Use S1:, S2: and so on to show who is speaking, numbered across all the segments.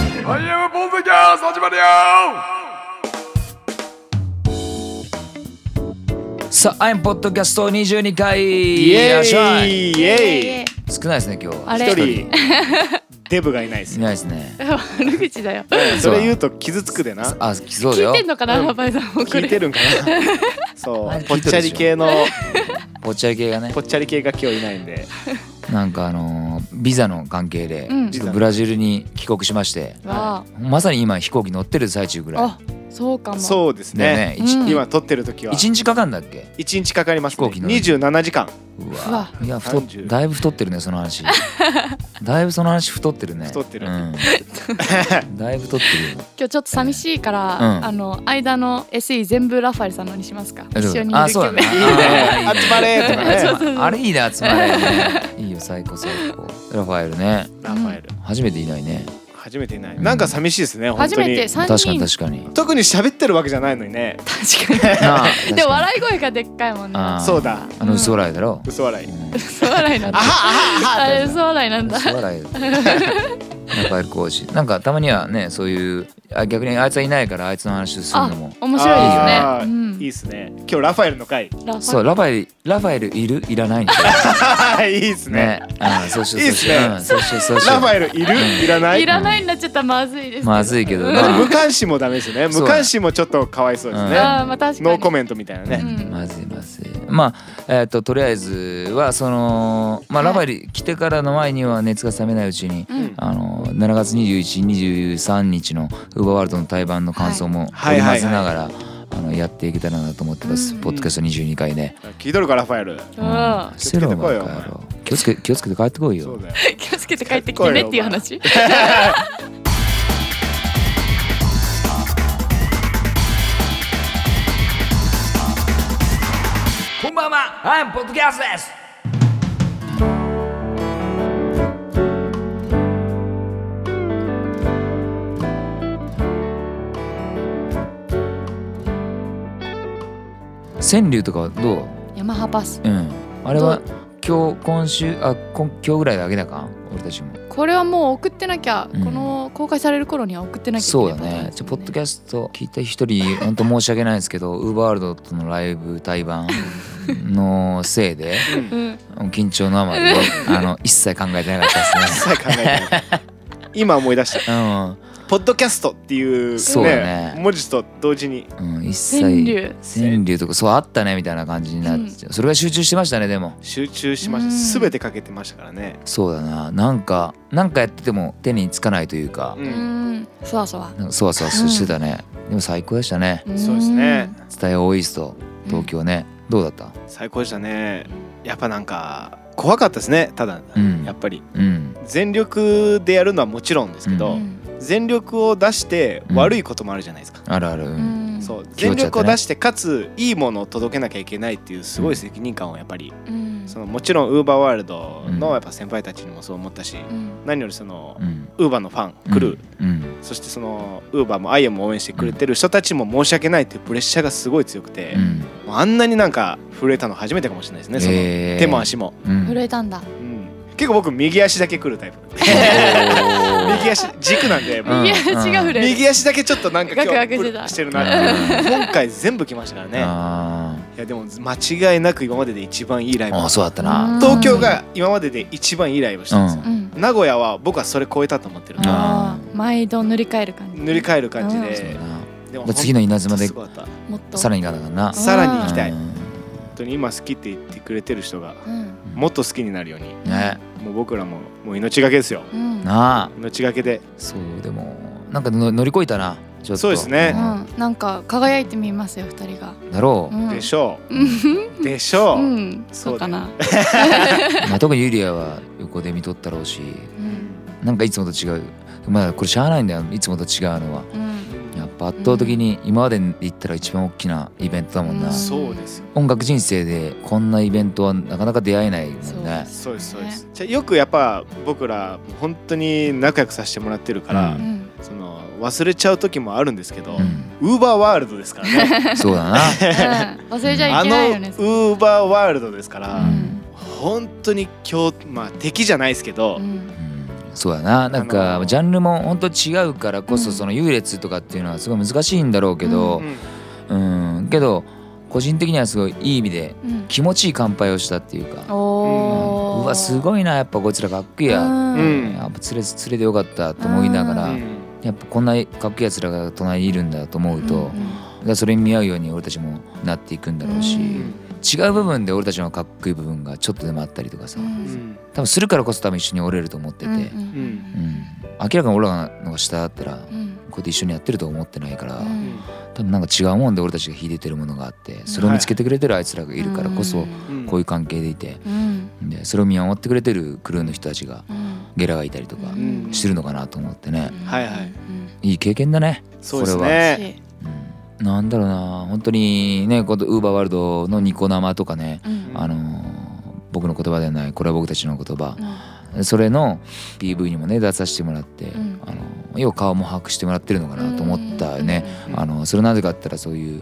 S1: ムポンセキャス始まるよ
S2: さあ、アイムポッドキャスト22回
S3: イ
S2: よ
S3: エ
S2: っしゃ
S3: ー
S2: い
S3: イイ
S4: いえ
S3: エ
S4: いえ
S3: イ
S2: 少ないですね、今日は
S4: あれ
S3: 一人 デブがいないです
S2: いないですね
S4: 悪口だよ。
S3: それ言うと傷つくでな
S2: あ、そうだ
S4: 聞
S2: よ
S4: いてんのかな、
S3: うん
S4: ラバイさんもこ
S3: 聞いて
S4: れ。
S3: るんかなそ
S2: あ
S3: う
S2: れ
S3: ぽっちゃり系の
S2: ぽっちゃり系がね
S3: ぽっちゃり系が今日いないんで
S2: なんかあのービザの関係で
S4: うん
S2: ちょっとブラジルに帰国しまして
S4: わ
S2: まさに今飛行機乗ってる最中ぐら
S4: あ、
S2: い
S4: あ、そうかも。
S3: そうです
S2: だよ
S3: ね
S2: ね
S4: うん
S2: 一
S3: 今撮ってる時は
S2: 一日かかんだっけ
S3: 1日かかりますね
S2: 飛行機乗る
S3: 27時間
S2: う
S4: うわ
S2: いや太っ
S3: 30
S2: だいぶ太ってるねその 話だいぶその話太ってるね
S3: 太ってる
S2: うん、だいぶ太ってるよ
S4: 今日ちょっと寂しいから、
S2: うん
S4: あの間の SE 全部ラファエルさんのにしますか。
S2: あ
S4: 一
S2: そう
S4: 緒にい
S2: あ
S4: る
S2: そうだ ね
S4: 曲。
S3: いいね集まれとかね
S4: そうそうそう
S2: あれいいね集まれねいいよ最高最高ラファエルね
S3: ラファエル
S2: 初めていないね
S3: 初めていない
S2: うん
S3: なんか寂しいですね本
S4: 初
S3: 当
S4: めて
S3: に
S4: 三
S2: 確かに
S4: 人。
S2: 確かに
S3: 特に喋ってるわけじゃないのにね
S4: 確か
S2: なあ
S4: に。でも笑い声がでっかいもんね。
S2: あー
S3: そうだ
S2: あの嘘笑いだろ、
S3: 嘘笑い
S2: うん
S4: 嘘笑いなんだ。あれ嘘笑いなんだ。
S2: 嘘笑いだラファエル講師なんかたまにはねそういうあ逆にあいつはいないからあいつの話する
S4: あ
S2: のも、
S4: 面白いですね
S3: あ。ー
S4: うん
S3: いいっすね今日ラファエルの回
S4: ラファエル
S2: そうラファエルラファエルいるいらないんだよ
S3: はいいいっすね
S2: ねうんそうしよう
S3: いい
S2: そ
S3: っ
S2: う
S3: す
S2: しよ
S3: ね
S2: ううんそうしようそうしよ
S3: ラ
S2: う
S3: ファエルいるいらない
S4: いらないになっちゃったらまずいですけど。
S2: まずいけど
S3: でも
S2: な
S3: 無関心もダメですね
S2: そう
S3: 無関心もちょっとかわいそうです
S2: うん
S3: ね
S4: あーまあ確かに。
S3: ノーコメントみたいなね
S4: うん
S2: まずいまずいまあえっ、ととりあえずはそのまあ
S4: は
S2: ラファ
S4: い
S2: エル来てからの前には熱が冷めないうちに、
S4: うん
S2: あの7月2123日のウーバーワールドの対バンの感想も
S3: はい
S2: 織り
S3: はい
S2: 交ぜながら、あのやっていけたらなと思ってます、
S4: うん
S2: ポッドキャスト22回で、
S3: 聞いとるかラファエル
S4: うん
S2: 捨てろお前
S3: 気をつけてこいよお前
S2: 帰ろう気をつけ気をつけて帰ってこい
S3: そ
S2: よ
S3: うだよ
S4: 気をつけて帰ってきてねっていう話。
S2: こんばんはアイムポッドキャストです川柳とかはどう
S4: ヤマハバス。
S2: うん、あれは
S4: ど
S2: 今日今週あ今今日ぐらいだけだか俺たちも
S4: これはもう送ってなきゃ、
S2: うん
S4: この公開される頃には送ってなきゃいけ
S2: そ
S4: な
S2: うだ
S4: いパターン
S2: ね
S4: で
S2: じ
S4: す
S2: ゃあ
S4: も
S2: ポ
S4: ん
S2: ッドキャスト聞いた一人本当申し訳ないんですけどウーバーワールドとのライブ対バンのせいで
S4: うん
S2: 緊張のあ まりあの一切考えてなかったで
S3: 一
S2: す
S3: 切考えてない今思い出した
S2: ね
S3: ポッドキャストっていう
S2: そうだね
S3: ね文字と同時に
S2: うん、うん、一切
S4: 川柳
S2: 川柳とかそうあったねみたいな感じになって、それが集中してましたねでも
S3: 集中しま
S4: うん
S3: した全てかけてましたからね
S2: そうだななんかなんかやってても手につかないというか
S3: う
S4: うんんそわそわ
S2: なんかそわそわしてたね、でも最高でしたね
S3: そうですね
S2: 伝えオイースト東京ね、どうだった
S3: 最高でしたねやっぱなんか怖かったですねただ
S2: うん
S3: やっぱり
S2: うん
S3: 全力でやるのはもちろんですけ
S4: う
S3: ど
S4: ん
S3: 全力を出して悪いこともあるじゃないですか
S2: あるある、うん
S4: うん
S3: そう
S2: 気持
S3: 全
S2: ちだったね
S3: 力を出してかついいものを届けなきゃいけないっていうすごい責任感をやっぱり
S4: うん
S3: そのもちろんウーバーワールド
S2: うん
S3: のやっぱ先輩たちにもそう思ったし
S4: うん
S3: 何よりその
S2: うん
S3: ウーバーのファンクルー
S2: うん
S3: そしてそのウーバーもアイエムを応援してくれてる人たちも申し訳ないっていうプレッシャーがすごい強くて
S2: う、ん
S3: もうあんなになんか震えたの初めてかもしれないですねその
S2: えー
S3: 手も足も、
S2: うん
S4: 震えたんだ
S3: うん結構僕右足だけ来 るタイプ右足軸なんで、
S2: うん
S4: 右足が震える
S3: 右足だけちょっとなんか今日
S4: ガクガクしてた
S3: プルしてるなって今回全部来ましたからね
S2: あ
S3: いやでも間違いなく今までで一番いいライ
S2: ー
S3: ブ
S2: あーそうだった
S4: うん
S2: な
S3: 東京が今までで一番いいライブをしたんですよ
S2: う、
S4: うん
S3: 名古屋は僕はそれ超えたと思ってるんで
S4: あー毎度塗り替える感じ
S3: 塗り替える感じ
S2: そう
S3: で
S2: だ、な
S3: でも
S2: だ次の稲妻です
S3: ごかった
S4: もっと
S2: さらにいかなかな
S3: さらに行きたい、
S2: うん
S3: 本当に今好きって言ってくれてる人が
S4: うん
S3: もっと好きになるように
S2: ね
S3: もう僕らももう命がけですよ
S4: うん
S2: なあ
S3: 命がけで
S2: そうでもなんかの乗り越えたなちょっと
S3: そうですね
S4: うんなんか輝いてみますよ二人が
S2: うんだろう、
S3: でし
S4: ょ
S3: ょ
S4: うん
S3: うでしょう
S4: うんそうかな
S2: まあ、特にユリアは横で見とったろうし
S4: うん
S2: なんかいつもと違うまあこれしゃあないんだよいつもと違うのは
S4: うん
S2: やっぱ圧倒的に今までで言ったら一番大きなイベントだもんな、
S4: うん
S3: そうですよ
S2: 音楽人生でこんなイベントはなかなか出会えないも
S4: そうんで
S2: ね
S4: す
S3: そうですそうですじゃあよくやっぱ僕ら本当に仲良くさせてもらってるか
S2: う
S3: ら、
S4: うん
S3: その忘れちゃう時もあるんですけど、
S2: う
S3: ウーバーワールドですからね
S2: ん、そうだな
S4: うん忘れちゃい
S3: あ
S4: け
S3: の
S4: ない
S3: ウ
S4: よね
S3: ーバーワールドですか
S2: う
S3: ら、
S2: ん
S3: 本当に今日まあ敵じゃないですけど、
S4: うん
S2: うんそうやななん
S3: あの
S2: か
S3: ー
S2: ジャンルも本当違うからこそ
S4: うん
S2: その優劣とかっていうのはすごい難しいんだろうけど
S3: うん
S2: うん、けど個人的にはすごいいい意味で
S4: うん
S2: 気持ちいい乾杯をしたっていうか、
S4: お
S2: う
S4: お。
S2: んうわす
S4: い
S2: ごいなやっぱこいつらかっこいいや、
S4: うん
S3: うん
S2: やっぱ連れ連れてよかったと思いながら、
S4: う
S2: やっぱこんなかっこいいやつらが隣にいるんだと思うと、
S4: うんうん
S2: だからそれに見合うように俺たちもなっていくんだろうし、
S4: うん
S2: 違う部分で俺たちのかっこいい部分がちょっとでもあったりとかさ、
S4: うん
S3: うん
S2: 多分するからこそ多分一緒に折れると思ってて、
S4: う
S2: うんん
S4: う
S2: 明
S4: ん
S2: らかに俺らのが下だったら、こ
S4: うんうん
S2: うやって一緒にやってると思ってないから、
S4: うん
S2: 多分なんか違うもんで俺たちが秀でてるものがあってそれを見つけてくれてるあいつらがいるからこそ
S3: うん
S2: こういう関係でいて
S4: うん
S2: でそれを見守ってくれてるクルーの人たちが
S4: うん
S2: ゲラがいたりとか
S3: うん
S2: してるのかなと思ってね
S4: うん
S3: はいはい
S4: うん
S2: いい経験だね、
S3: そうです
S2: こ
S4: 嬉
S3: ね
S4: し
S2: う
S4: い
S2: ん、なんだろうな本当にねこのウーバーワールドのニコ生とかね
S4: うん
S2: あのー僕の言葉ではないこれは僕たちの言葉
S4: う
S2: それの PV にもね出させてもらって、
S4: うん
S2: あの要は顔も把握してもらってるのか
S4: ん
S2: なと思ったよね、。
S3: うん
S2: あのそれなぜかって言ったらそういう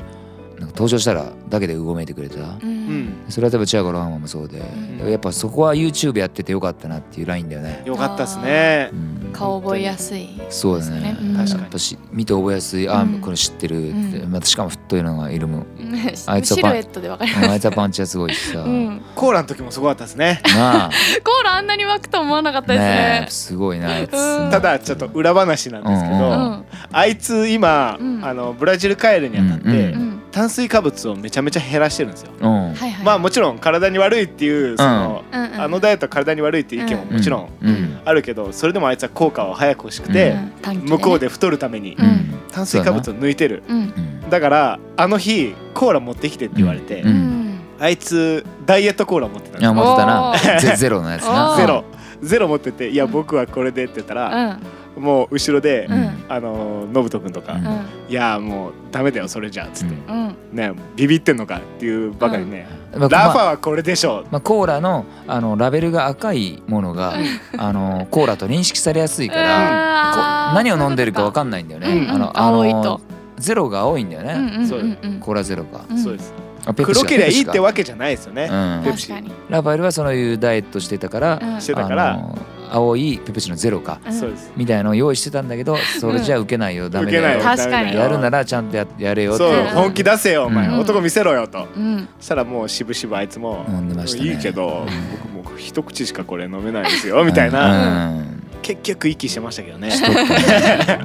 S2: なんか登場したらだけでうごめいてくれた、
S4: うん
S3: う。ん
S2: それは例えばチアゴロハンマもそうで、
S4: うん
S2: やっぱそこは YouTube やっててよかったなっていうラインだよね、
S3: よかったですね
S2: うん
S4: 顔覚えやすい。
S2: そうだね
S4: うん
S2: や
S3: 確か
S2: っぱし見て覚えやすいあ、
S4: うん
S2: これ知ってるって、
S4: うん
S2: またしかも太いのがいるもん、 うんあいつは
S4: シ
S2: パン
S4: ルエットでわかる。
S2: あいつはパンチがすごいしさ、
S4: うん。
S3: コーラの時もすごかったですね
S2: なあ
S4: コーラあんなに湧くと思わなかったです
S2: ねえ
S4: ね。
S2: すごいなあいつ
S4: うん
S3: ただちょっと裏話なんですけ
S2: う
S4: う
S3: ど
S4: ん
S3: あいつ今
S4: うん
S3: あのブラジル帰るにあたっ
S2: うん
S3: て
S4: うん。
S3: 炭水化物をめちゃめちゃ減らしてるんですよ
S2: うん、
S4: はいはい。
S3: まあもちろん体に悪いっていうその
S4: うんうん
S3: あのダイエットは体に悪いっていう意見ももちろん
S2: うん、うん
S3: あるけどそれでもあいつは効果を早く欲しくて
S4: うん短期ね
S3: 向こうで太るために
S4: うん
S3: 炭水化物を抜いてる
S4: うん
S2: うん
S3: だからあの日コーラ持ってきてって言われて
S2: う
S4: うんん。
S3: あいつダイエットコーラ持ってたん
S2: い
S3: で
S2: や
S3: すよ
S2: 持ってたな
S4: おー
S2: ゼゼロのやつな
S4: おー
S3: ゼロゼロ持ってて「いや
S4: うん
S3: 僕はこれで」って言った
S4: う
S3: ら
S4: ん
S3: もう後ろで
S2: うん
S3: あのー信人君とか
S2: うん
S3: 「いやもうダメだよそれじゃ」っつって
S4: うんうん。
S3: 「ねビビってんのか」っていうばかりね
S2: うん
S3: 「ラ
S2: まあ
S3: ファはこれでしょ
S2: まあ、コーラのあのラベルが赤いものがあのコーラと認識されやすいからこう何を飲んでるか分
S4: か
S2: かんないんだよね。
S3: うん
S2: あのあ
S4: 青い
S2: の
S4: と
S2: ゼロが青いんだよね。
S3: そうよ
S2: コーラゼロか。
S3: う」そうです
S2: あペプシ
S3: 黒
S2: か
S3: けりゃいいって
S2: ペ
S3: わけじゃないですよ
S2: プシ
S3: ね
S2: か
S3: ペ
S2: う
S3: プ
S2: ん、
S3: シ
S4: 確かに。
S2: ラバエルはそのいうダイエットしてたから、
S4: うん
S3: してたから
S2: あの青いペプシのゼロか
S4: うん
S3: そうです
S2: みたいのを用意してたんだけどそれじゃ受けないよ、ダメ
S3: 受けな
S2: だ
S3: いよ
S2: よ
S4: 確かに
S3: ダメだよ
S2: やるならちゃんとややれよって
S3: そ
S2: いう
S4: うん
S3: 本気出せよお前
S2: うん
S3: 男見せろよと
S4: うん。
S3: そしたらもうしぶしぶあいつも
S2: 飲んでましたね。
S3: いいけど僕もう一口しかこれ飲めないです よみたいな
S2: うんうん
S3: 結局息してました けどね
S2: しとったね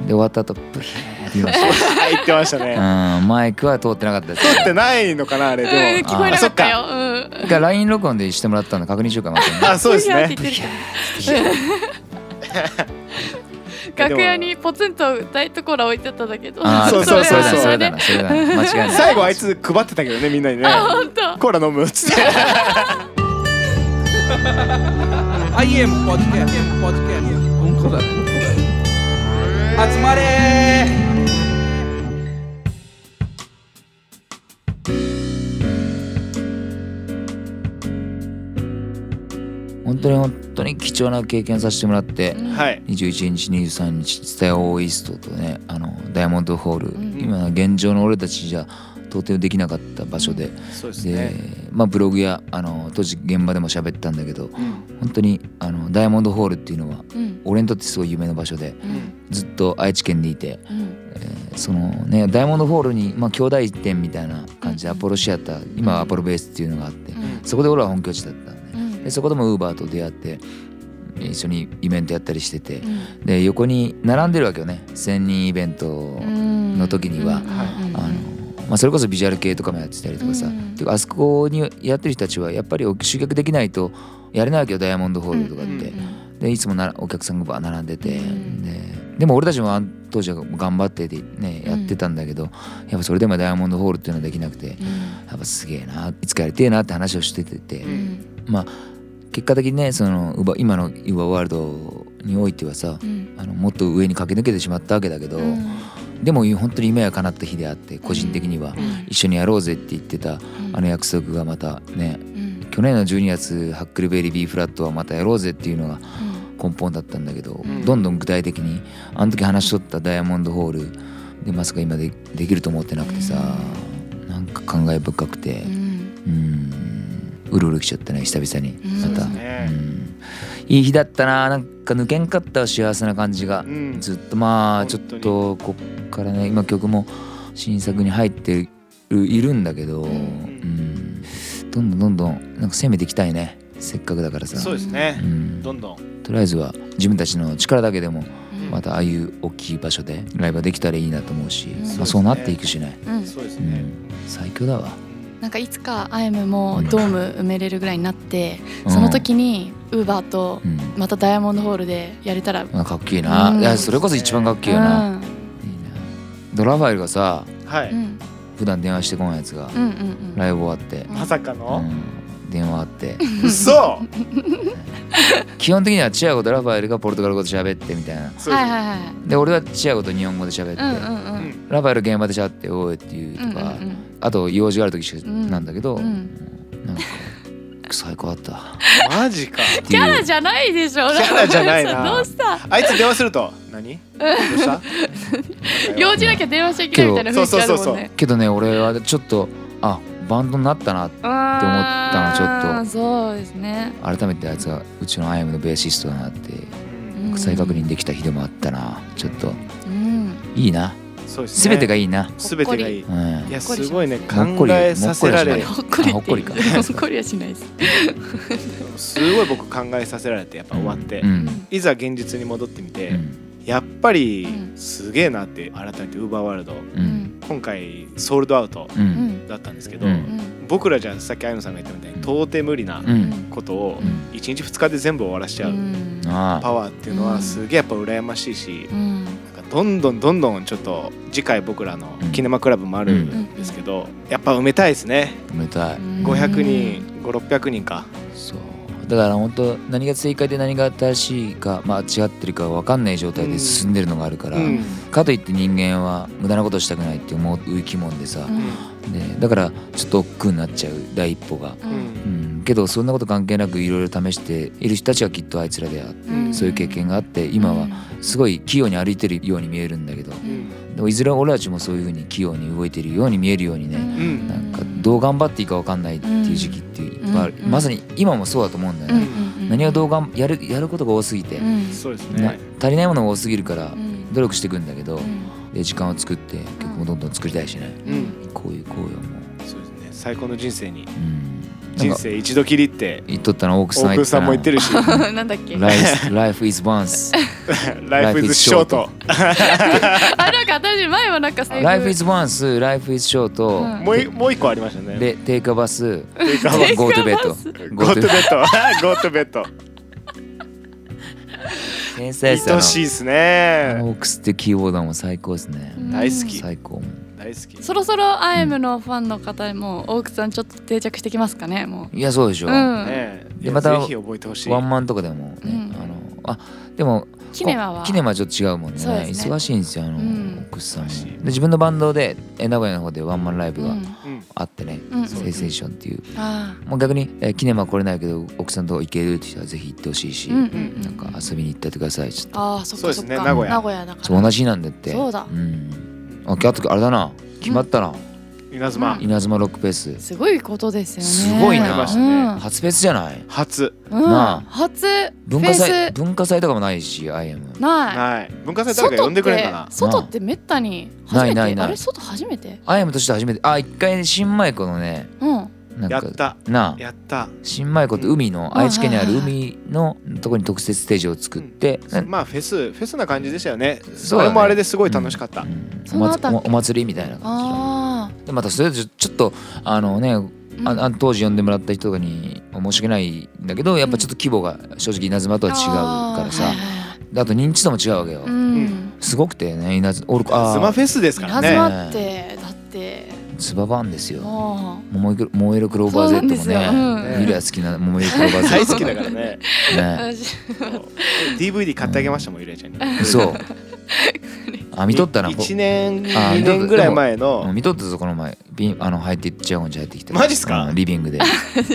S2: で終わった後ブレーって言いまし
S3: はい言ってましたね
S2: た、うん、マイクは通ってなかったです
S3: 撮ってないのかなあれで
S4: 聞
S3: も
S4: こえなかったよ。うん。
S2: 一回 LINE 録音でしてもらったの確認しようかま たね
S3: あそうですね
S4: ブヒャーって言ってるから楽屋にポツンとダイエットコーラ置いてあっただけど
S2: あー
S3: そうそうそう
S2: そ
S3: そう
S2: れだなそれだなそれだな間違いな い
S3: 最後あいつ配ってたけどねみんなにね
S4: 本当
S3: コーラ飲むっつって
S1: IM ポッドキャストポッドキャストうんこだ集まれ
S2: 本当に本当に貴重な経験させてもらって
S3: はい
S2: 21日23日スタイオーイーストとねあのダイヤモンドホール、
S4: ん
S2: 今現状の俺たちじゃ到底できなかった場所で、
S3: そうです
S2: で、
S3: ね
S2: まあブログやあの当時現場でも喋ったんだけど本当にあのダイヤモンドホールっていうのは
S4: うん
S2: 俺にとってすごい夢の場所で
S4: うん
S2: ずっと愛知県にいて
S4: うん
S2: そのねダイヤモンドホールに、まあ、兄弟店みたいな感じで
S4: うん
S2: アポロシアター今はアポロベースっていうのがあって
S4: うん
S2: そこで俺は本拠地だったん
S4: う
S2: で
S4: ん
S2: でそこでもウーバーと出会って一緒にイベントやったりしてて
S4: う
S2: で横に並んでるわけよね1,000人イベント
S4: ん
S2: の時には
S4: うんうん
S2: あの、まあ、それこそビジュアル系とかもやってたりとかさ、
S4: うん
S2: てかあそこにやってる人たちはやっぱり集客できないとやれないわけよダイヤモンドホールとかって、
S3: うん
S2: でいつもなお客さんがバー並んでて、
S4: うん
S2: ででも俺たちもあん当時は頑張ってて、ね、やってたんだけど、やっぱそれでもダイヤモンドホールっていうのはできなくてやっぱすげえないつかやりてえなって話をしててて、
S4: うん
S2: まあ結果的にねそのウバ今のウバワールドにおいてはさ、
S4: うん
S2: あのもっと上に駆け抜けてしまったわけだけど、
S4: うん
S2: でも本当に夢は叶った日であって個人的には、
S4: うん
S2: 一緒にやろうぜって言ってた
S4: うん
S2: あの約束がまたね
S4: うん
S2: 去年の12月ハックルベリー B フラットはまたやろうぜっていうのが
S4: うん
S2: 根本だったんだけど、
S3: ん
S2: どんどん具体的にあの時話しとったダイヤモンドホールでまさか今でできると思ってなくてさ、なんか感慨深くて
S4: うん
S2: うんうるうる来ちゃったね久々に
S4: うん
S2: また、
S4: そうです
S3: ね
S2: うんいい日だったななんか抜けんかったわ幸せな感じが、
S3: うん
S2: ずっとまあちょ
S3: 本
S2: っ
S3: 当に
S2: とこっからね今曲も新作に入ってるいるんだけど、
S4: うん
S2: うんどんどんどんどんなんか攻めていきたいねせっかくだからさ
S3: そうですね
S2: う、ん
S3: どんどん
S2: とりあえずは自分たちの力だけでも
S4: うん
S2: またああいう大きい場所でライブができたらいいなと思うし、
S4: うん
S2: まあ、そうなっていくしね
S4: うん
S3: そうです
S2: う
S3: ね、
S2: ん最強だわ、
S4: なんかいつかあやむもドーム埋めれるぐらいになって、その時にウーバーと
S2: うん、
S4: またダイヤモンドホールでやれたら、うん、
S2: まあ、かっけえな、
S4: うん
S2: いやそれこそ一番かっけえよな、いいなドラファエルがさ
S3: は
S4: う
S3: い、
S4: ん
S2: 普段電話してこないやつが、
S4: うんうんうん
S2: ライブ終わって、
S3: まさか
S2: う
S3: の、
S2: ん電話あって
S3: うそ
S2: 基本的にはチアゴとラファエルがポルトガル語で喋ってみたいな
S3: そう
S4: はいはいはい
S2: で俺はチアゴと日本語で喋って、
S4: うんうんうん
S2: ラファエル現場でしゃって「おい」って言う
S4: うん
S2: とか、
S4: うん
S2: あと用事がある時しか
S4: うん
S2: なんだけど、
S4: うん
S2: なんか最高だった っ
S3: マジか
S2: て
S4: キ
S2: いう
S4: ャラじゃないでしょ
S3: キャラじゃないな
S4: どうした
S3: あいつ電話すると何どう した
S4: 用事なきゃ電話しちゃいけないみたいな雰囲気あるもんね
S2: けどね俺はちょっとあバンドになったな
S4: うーん
S2: って思ったのちょっと
S4: そうですね
S2: 改めてあいつがうちの IM のベーシストだなって
S4: うん
S2: 再確認できた日でもあったなちょっと
S4: うん
S2: いいな
S3: そうですね
S2: 全てがいいな、
S3: 全てがいい
S2: うん、
S3: い
S2: あ
S3: やすごいね
S2: ほっこ
S3: 考
S2: り
S3: えさせられる
S4: ほっこりって
S2: ほっこりか
S4: ほっこりはしないです
S3: すごい僕考えさせられてやっぱ終わって、
S2: うん
S3: いざ現実に戻ってみて、
S2: うん
S3: やっぱり
S4: うん
S3: すげえなって改めてウーバーワールド
S2: う
S4: うんん
S3: 今回ソールドアウト
S2: う
S4: うんん
S3: だったんですけど、
S2: うん
S4: うん
S3: 僕らじゃさっきあゆのさんが言ったみたいに到底無理な
S2: うん、
S3: ことを
S2: うん
S3: 1日2日で全部終わらしちゃう
S4: うん
S2: あ
S3: パ
S2: あ
S3: ワーっていうのはすげえやっぱ羨ましいし
S4: う、ん
S3: なんかどんどんどんどんちょっと次回僕らの
S2: うん
S3: キネマクラブもあるんですけど、やっぱ埋めたいですね
S2: 止めたい、
S3: 500人500600人か
S2: そうだから本当何が正解で何が正しいか、まあ、違ってるか分かんない状態で進んでるのがあるから、
S3: うん
S2: かといって人間は無駄なことしたくないって思う生き物でさ、
S4: うん
S2: でだからちょっと億劫になっちゃう第一歩が、
S4: う
S3: うん
S4: ん
S2: うん、けどそんなこと関係なくいろいろ試している人たちはきっとあいつらであって、
S4: うん
S2: そういう経験があって今はすごい器用に歩いてるように見えるんだけどでもいずれ俺たちもそういうふうに器用に動いてるように見えるように
S4: う
S2: ね、
S4: ん
S2: なんかどう頑張っていいか分かんないっていう時期っていっぱいある、
S4: うん
S2: まさに今もそうだと思うんだよ
S4: うんう
S2: ね、
S4: ん
S2: 何をどうがんやるやることが多すぎて、
S4: うん
S3: そうです
S2: な
S3: ね
S2: 足りないものが多すぎるから
S4: うん
S2: 努力していくんだけど、
S4: うん
S2: で時間を作って曲もどんどん作りたいしね
S3: うん、
S2: こういうこうよもう、
S3: そうですね最高の人生に
S2: うん、なん
S3: 人
S2: か
S3: 生一度きりって
S2: 言っとったの奥
S3: 大
S2: さん
S3: 久保さんも言って
S2: る
S3: る し
S4: なんだっけ
S2: Life, life is once
S3: ライフイズショート
S4: あなんか私前はなんか
S2: Life is once Life is short、
S4: うん
S3: もういもう一個ありましたね
S2: で Take a bus
S3: テイクアウ
S2: Go
S3: ト
S2: to bed
S3: Go to
S2: bed
S3: bed Go to bed
S2: 天才さ
S3: 愛しいですね
S2: オークスってキーボードも最高ですね
S4: うん
S3: 大好き
S2: 最高
S3: 大好き
S4: そろそろアイムのファンの方も多くさんちょっと定着してきますかねも
S2: いやそうでしょ、
S4: う。うん。
S3: ね
S2: で
S3: いや
S2: また
S3: ぜひ覚えてほしい
S2: ワンマンとかでもね、
S4: うん
S2: あのあでも
S4: キネマは
S2: こキネマはちょっと違うもんね
S4: そうですね
S2: 忙しいんですよあの、
S4: うん
S2: オークスさんも
S3: 忙しい
S2: で自分のバンドでえ名古屋の方でワンマンライブ
S4: う
S2: が
S3: う
S4: ん
S3: ん
S2: あってね、
S4: うん
S2: セイセーションっていう
S4: あ
S2: もう逆に、えーキネマ来れないけど奥さんと行けるって人はぜひ行ってほしいし、
S4: ーうんうんうん
S2: なんか遊びに行ってやってくださいちょっと
S4: あーそっ
S3: そう
S4: か
S3: で
S4: そ
S3: す
S4: っ
S3: ね
S4: か
S3: 名古屋
S4: だから
S2: そう同じなんだって
S4: そうだ
S2: んああとあれだな決まったな、
S3: 稲妻
S4: う
S2: 稲妻ロックフェス
S4: すごいことですよね
S2: すごいな
S4: う
S2: あ
S4: ん
S2: りました
S3: ね
S2: 初フェスじゃない
S3: 初
S4: うん
S2: なあ
S4: 初フ
S2: 文
S4: ェ
S2: 化祭
S4: ス
S2: 文化祭とかもないし I m
S4: ない
S3: はい文化祭誰か呼んでくれんかな
S4: 外って外ってめったに初めて
S2: ないないない
S4: あれ外初めて
S2: I m として初めてあ一回ね新米湖のね
S4: うん
S2: なん
S3: や
S2: か
S3: った
S2: なあ
S3: やった
S2: 新米湖って海の愛知県にある海のとこに特設ステージを作って、な
S3: まあフェスフェスな感じでしたよね
S2: そ
S3: そう
S2: だね
S3: れもあれですごい楽しかった
S2: う
S3: うん
S4: その後
S2: お祭おお祭りみたいな感じの
S4: あ
S2: でまたそれでちょっとあのね
S4: ー
S2: あ
S4: うん
S2: あ当時呼んでもらった人とかに申し訳ないんだけどやっぱちょっと規模が正直稲妻とは違うから
S4: あー
S2: さ
S4: はいはいはい
S2: であと認知度も違うわけよ、
S4: うん
S2: すごくてね稲妻俺
S3: スマ
S2: あ
S3: フェスですから
S4: 稲
S3: ね
S4: 妻ってだって
S2: つばばんですよ
S4: も
S2: 桃色桃色クローバー
S4: そうな
S2: Z
S4: んで
S2: も
S4: すよ
S2: ね
S3: うん
S2: ミラ好きな桃色クローバー Z
S3: 大好きだから ね
S4: う
S2: ね
S4: 私
S3: DVD 買ってあげましたもんゆりあちゃんに
S2: そうあ見とったなこ
S3: 1年
S2: あ
S3: 2年ぐらい前の
S2: もう見とったぞこの前ビンあの入ってチアゴンジ入ってきて
S3: マジっすか
S2: うんリビングで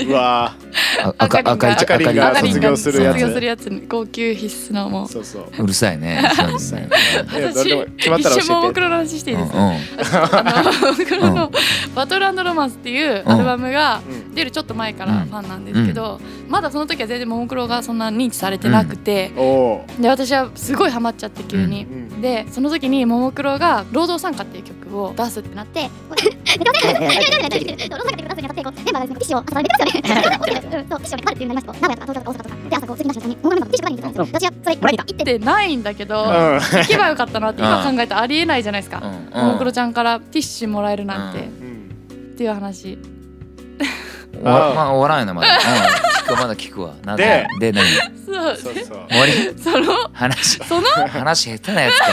S3: うわ
S2: あ赤
S4: あかりんが
S2: 赤いちゃ
S3: あかりんが卒業するやつ
S4: 卒業するやつ号泣必須のもう
S3: ーそうそう
S2: うるさいねそうですね
S3: いや
S4: 私
S3: どれでも決まったら教えて
S4: 一瞬ももクロの話して
S2: う
S4: いい
S2: ん
S4: ですか
S2: うん
S4: あのモモクロの「バトルロマンス」っていうアルバムが
S3: うん
S4: 出るちょっと前からファンなんですけど、まだその時は全然ももクロがそんな認知されてなくて、
S3: おお
S4: で私はすごいハマっちゃって急に
S3: ー、う、ん、
S4: でその時にももクロが「労働参加」っていう曲を出すってなってでないんだけど
S3: うん
S4: 聞けばよかったな って今考えたらありえないじゃないですか。
S2: うん
S4: ももクロちゃんからティッシュもらえるなんて、
S3: うん
S4: っていう話
S2: 終わまあ終わらないなまだ。うん聞くわまだ聞くわ。なん
S3: で
S2: でで何？
S4: そう
S3: そうそう
S2: 終わり？
S4: その
S2: 話
S4: その
S2: 話下手なやつか。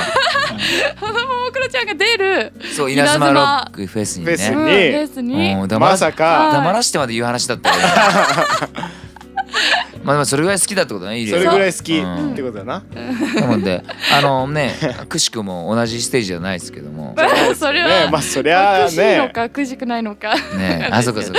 S4: そのももクロちゃんが出る
S2: そう稲
S4: 稲妻
S2: 妻ロックフェスに
S3: フェス
S4: うん
S2: ね。
S4: レースに
S2: うん黙ら
S3: ま
S2: せ
S3: さか
S2: 黙らしてまで言う話だ ったよ。まあでもそれぐらい好きだってことね。いい
S3: そ
S2: です
S3: れぐらい好き
S2: うん
S3: ってことだな
S2: なので、あのね、くしくも同じステージじゃないですけど も、
S4: それ
S3: ね
S4: は
S3: まあそりゃあ
S4: 苦しいの
S3: ね
S4: か苦しくないのか
S2: ね、あ、そうかそうか。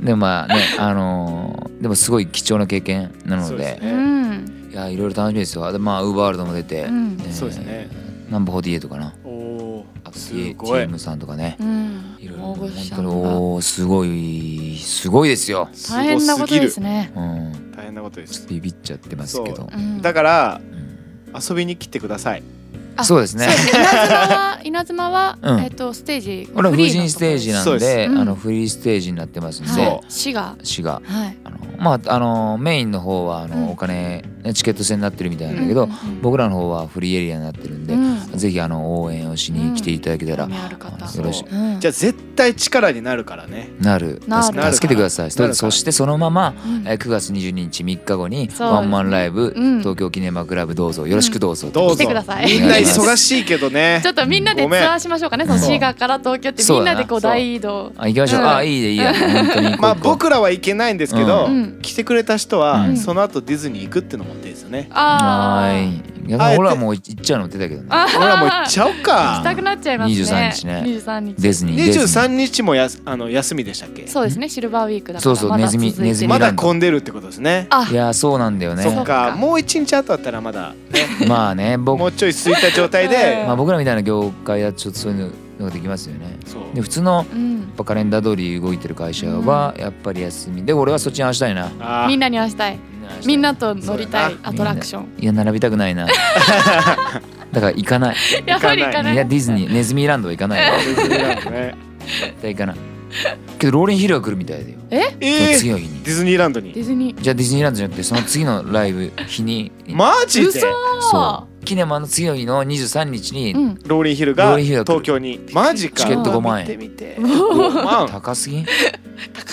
S2: でもまあね、あのーでもすごい貴重な経験なの
S3: そうです
S2: で、
S3: ね
S4: うん
S2: いや、いろいろ楽しみですよ。でまあ、ウーバーワールドも出て、
S4: うん
S2: えー
S3: そうですね。
S2: ナンバー48かな。
S3: おお
S2: あと、
S3: す
S2: T-
S3: ごい
S2: TM さんとかね。
S4: うん
S2: いろいろ、
S4: 大
S2: 本
S4: 御所さ
S2: 当
S4: ん
S2: に、
S4: が
S2: おーすごい、すごいですよ。
S3: す
S4: 大変なことですね
S2: うん、
S3: 大変なことです
S2: ビビっちゃってますけど。
S4: うん
S3: だから
S2: うん
S3: 遊びに来てください
S4: あ
S2: そう ですね
S4: そう。ですね稲妻は稲妻は
S2: うん
S4: えっとステージ
S2: これは
S4: フ
S2: 婦
S4: リーの
S2: 人ステージな
S3: そ
S2: ん
S3: うで
S2: で、
S4: す
S2: あのフリーステージになってますん
S4: ところ
S2: で
S4: は、い市が
S2: 市が
S4: はい
S2: あのまああのメインの方はあの、
S4: うん
S2: お金チケット制になってるみたいなんだけど、僕らの方はフリーエリアになってるんで、ぜひあの応援をしに来ていただけたら、
S4: 興味ある方
S2: よろしく
S4: うん
S3: じゃあ絶対力になるからね
S2: なる
S4: なる
S2: 助け
S4: なる
S2: 助けてください
S3: なるから
S2: そしてそのまま、
S4: うん
S2: えー9月22日3日後に
S4: そう
S2: ワンマンライブ、
S4: うん
S2: 東京記念マクラブどうぞよろしくどうぞ、
S3: どうぞ
S4: 来てください
S3: みんな
S2: お願いし
S3: 忙
S2: ま
S3: しいけどね
S4: ちょっとみんなで
S3: ご
S4: ツ
S3: めん
S4: アーしましょうかねその
S2: そう
S4: 滋賀から東京って
S2: そう
S4: み
S2: だ
S4: ん
S2: な
S4: なでこう
S3: そう
S4: 大移動
S2: あ行きましょう、
S4: うん
S2: あいいでいいや本当に行こう
S3: まあ
S2: 行こう
S3: 僕らは行けないんですけど、
S4: うん
S3: 来てくれた人
S2: う
S3: は
S2: ん
S3: その後ディズニー行くってのも手ですよね。
S4: あ
S2: は
S4: ー
S2: ーい逆に俺はもう行っちゃうの出たけどね
S4: あー
S3: 俺らもう行っちゃお う
S4: 行きた
S3: か
S4: く。なっちゃいますね
S2: 23日ね
S4: 23日
S2: ディズニー
S3: 二
S2: ディ
S3: 十
S2: ズニー
S3: 三日もやすあの休みでしたっけ？
S4: そうですねシルバーウィークだから
S2: そうそう
S4: まだ
S2: ネズミ
S4: 続いてる
S2: ネズミ
S3: まだ混んでるってことですね。
S4: あ
S2: いやそうなんだよ
S3: そっ
S2: ね
S3: か、もう一日後だったらまだ
S2: まあね僕
S3: もうちょい空いた状態
S4: うん
S3: で、
S2: まあ、僕らみたいな業界はちょっとそういうのができますよね。
S3: そう
S2: で普通のや
S4: うん
S2: っぱカレンダー通り動いてる会社はやっぱり休みで俺はそっちに明日いな。
S3: あ
S4: みん
S3: ー
S4: なに会わしたいみんなと乗り
S3: そ
S4: たい
S3: う
S2: な
S4: アトラクション
S2: いや並びたくない な。だから行かない。
S4: やっぱり行かない
S2: いやディズニーネズミーランドは行かない。
S3: ディズニーランドね。
S2: 絶対行かない。けどローリンヒルは来るみたいだよ。その
S3: えー
S2: 次の日に
S3: デ。ィズニーランド
S4: デ
S3: に。
S4: ィズニー
S2: じゃあディズニーランドじゃなくてその次のライブ日に。
S3: マジで
S4: 嘘？
S2: そう。キネマの次の日の23日
S4: う
S2: に
S4: ん
S3: ローリンヒル
S2: ロー
S3: が
S2: リンヒルが来る
S3: 東京に。マジか。
S2: チケット5万円
S3: 見て見て。5万。
S2: 高すぎ ん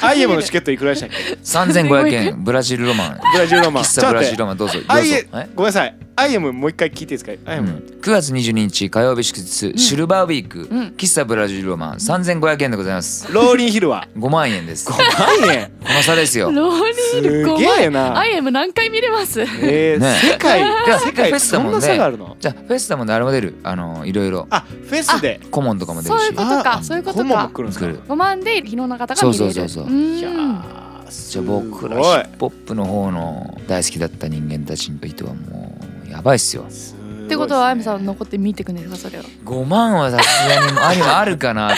S3: アイエムのチケットいくらでしたっけ？
S2: 3500円ブラジルロマン。
S3: ブラジルロマン。
S2: 喫
S3: ちょっ
S2: 茶ブラ
S3: と待っ
S2: ジル
S3: て
S2: ロマンどうぞ。どうぞ。
S3: アイエ
S2: はい
S3: ごめんなさい。アイエムもう一回聞いていいですか？アイエ
S2: うん
S3: ム。
S2: 9月22日火曜日祝日シルバーウィーク、
S4: うん
S2: 喫茶ブラジルロマン3500円でございます
S3: ローリンヒルは
S2: 5万円ですこ
S3: 5万円
S2: の差ですよ
S4: ローリー
S3: す
S4: ル
S3: げえな
S4: アイエム何回見れます
S3: えー
S2: ね
S3: 世界
S2: いや
S3: 世
S2: フェ
S3: 界
S2: スだ
S3: そ
S2: もん
S3: ん
S2: ね
S3: な差があるの
S2: じゃあフェスタも誰も出るあのいろいろ
S3: あフェスで
S2: 顧問とかも出る
S4: そうい
S2: し
S4: うこと
S3: あ
S4: かそういうこと
S3: 顧問も
S4: か
S3: 来るんです
S2: 来
S3: か
S2: る
S4: 5万で日の中が見れる
S2: そうそうそうそう
S4: ーん
S3: いやー
S2: じ
S3: す
S2: ゃあ
S3: ご
S2: 僕らヒ
S3: い
S2: ップホップの方の大好きだった人間たちにとってはもうやばいっすよ
S3: すごい
S4: ってことはアイムさん
S3: の
S4: 残って見てくんですかそれを
S2: 5万はさすがにありはあるかなと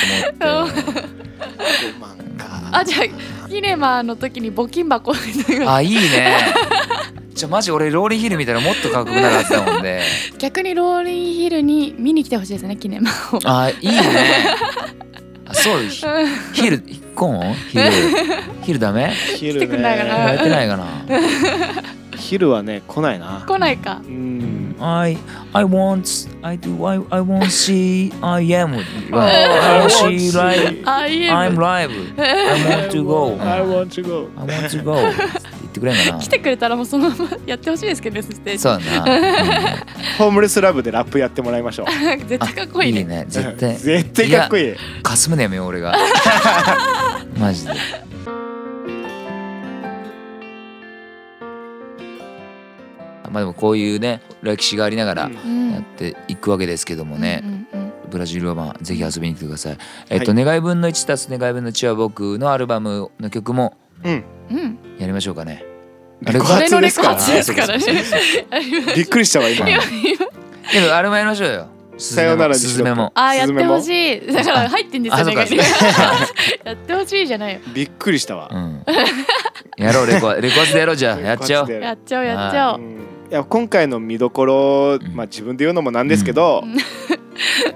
S2: 思って
S3: 5万か
S4: あじゃあキネマの時に募金箱みたい な
S2: あいいねじゃあマジ俺ローリンヒルみたいなのもっとかっこよくなるはずだもん で
S4: 逆にローリンヒルに見に来てほしいですねキネマを
S2: あいいねあそうヒヒルコーンヒルヒルダメ
S3: ヒ
S4: 来てくんないか
S2: や
S4: な
S2: れてないかな
S3: ヒルはね来ないな
S4: 来ないか
S3: うん。
S2: I I want I do I I want see I am I want
S3: I want
S2: see live I'm
S4: IM
S2: live I want to go
S3: I
S2: I
S3: want to go
S2: want to go って言ってくれんか
S4: 来てくれたらもうそのままやってほしいですけどねそして
S2: なそうだな
S3: ホームレスラブでラップやってもらいましょう
S4: 絶対かっこ いい
S2: い
S4: ね
S2: いね絶 対
S3: 絶対かっこいい
S2: かすむのやめよう俺がマジでまあでもこういうね歴史がありながら
S4: うん
S2: やっていくわけですけどもね、
S4: うんうんうん
S2: ブラジルはまあぜひ遊びに来てください。えっと、願い分の1たす願い分の1は僕のアルバムの曲も
S3: うん
S4: うん、
S2: やりましょうかね。あ
S3: レコ
S4: あれ
S3: 発
S4: の
S3: で
S4: レ
S3: す
S4: コ
S3: から
S4: 発ですからね。
S2: そうそうそうそう
S4: ありま
S3: びっくりしたわ今
S2: けどあれもやりましょうよ。スズメ
S3: さよなら
S2: も
S3: にし
S2: ス
S3: ろ
S2: ズメも
S4: あーや
S3: ス
S4: っ
S3: ズ
S4: て
S3: メも
S4: ほしいだから入ってんです
S2: あ
S4: よ
S2: そう
S4: ね
S2: か
S4: やってほしいじゃないよ
S3: びっくりしたわ
S2: う。んやろうレコレコアツでやろうじゃあやっちゃおう
S4: やっちゃおうやっちゃお
S3: う
S4: うん
S3: いや今回の見どころ、
S2: ん
S3: まあ、自分で言うのもなんですけど、
S4: うん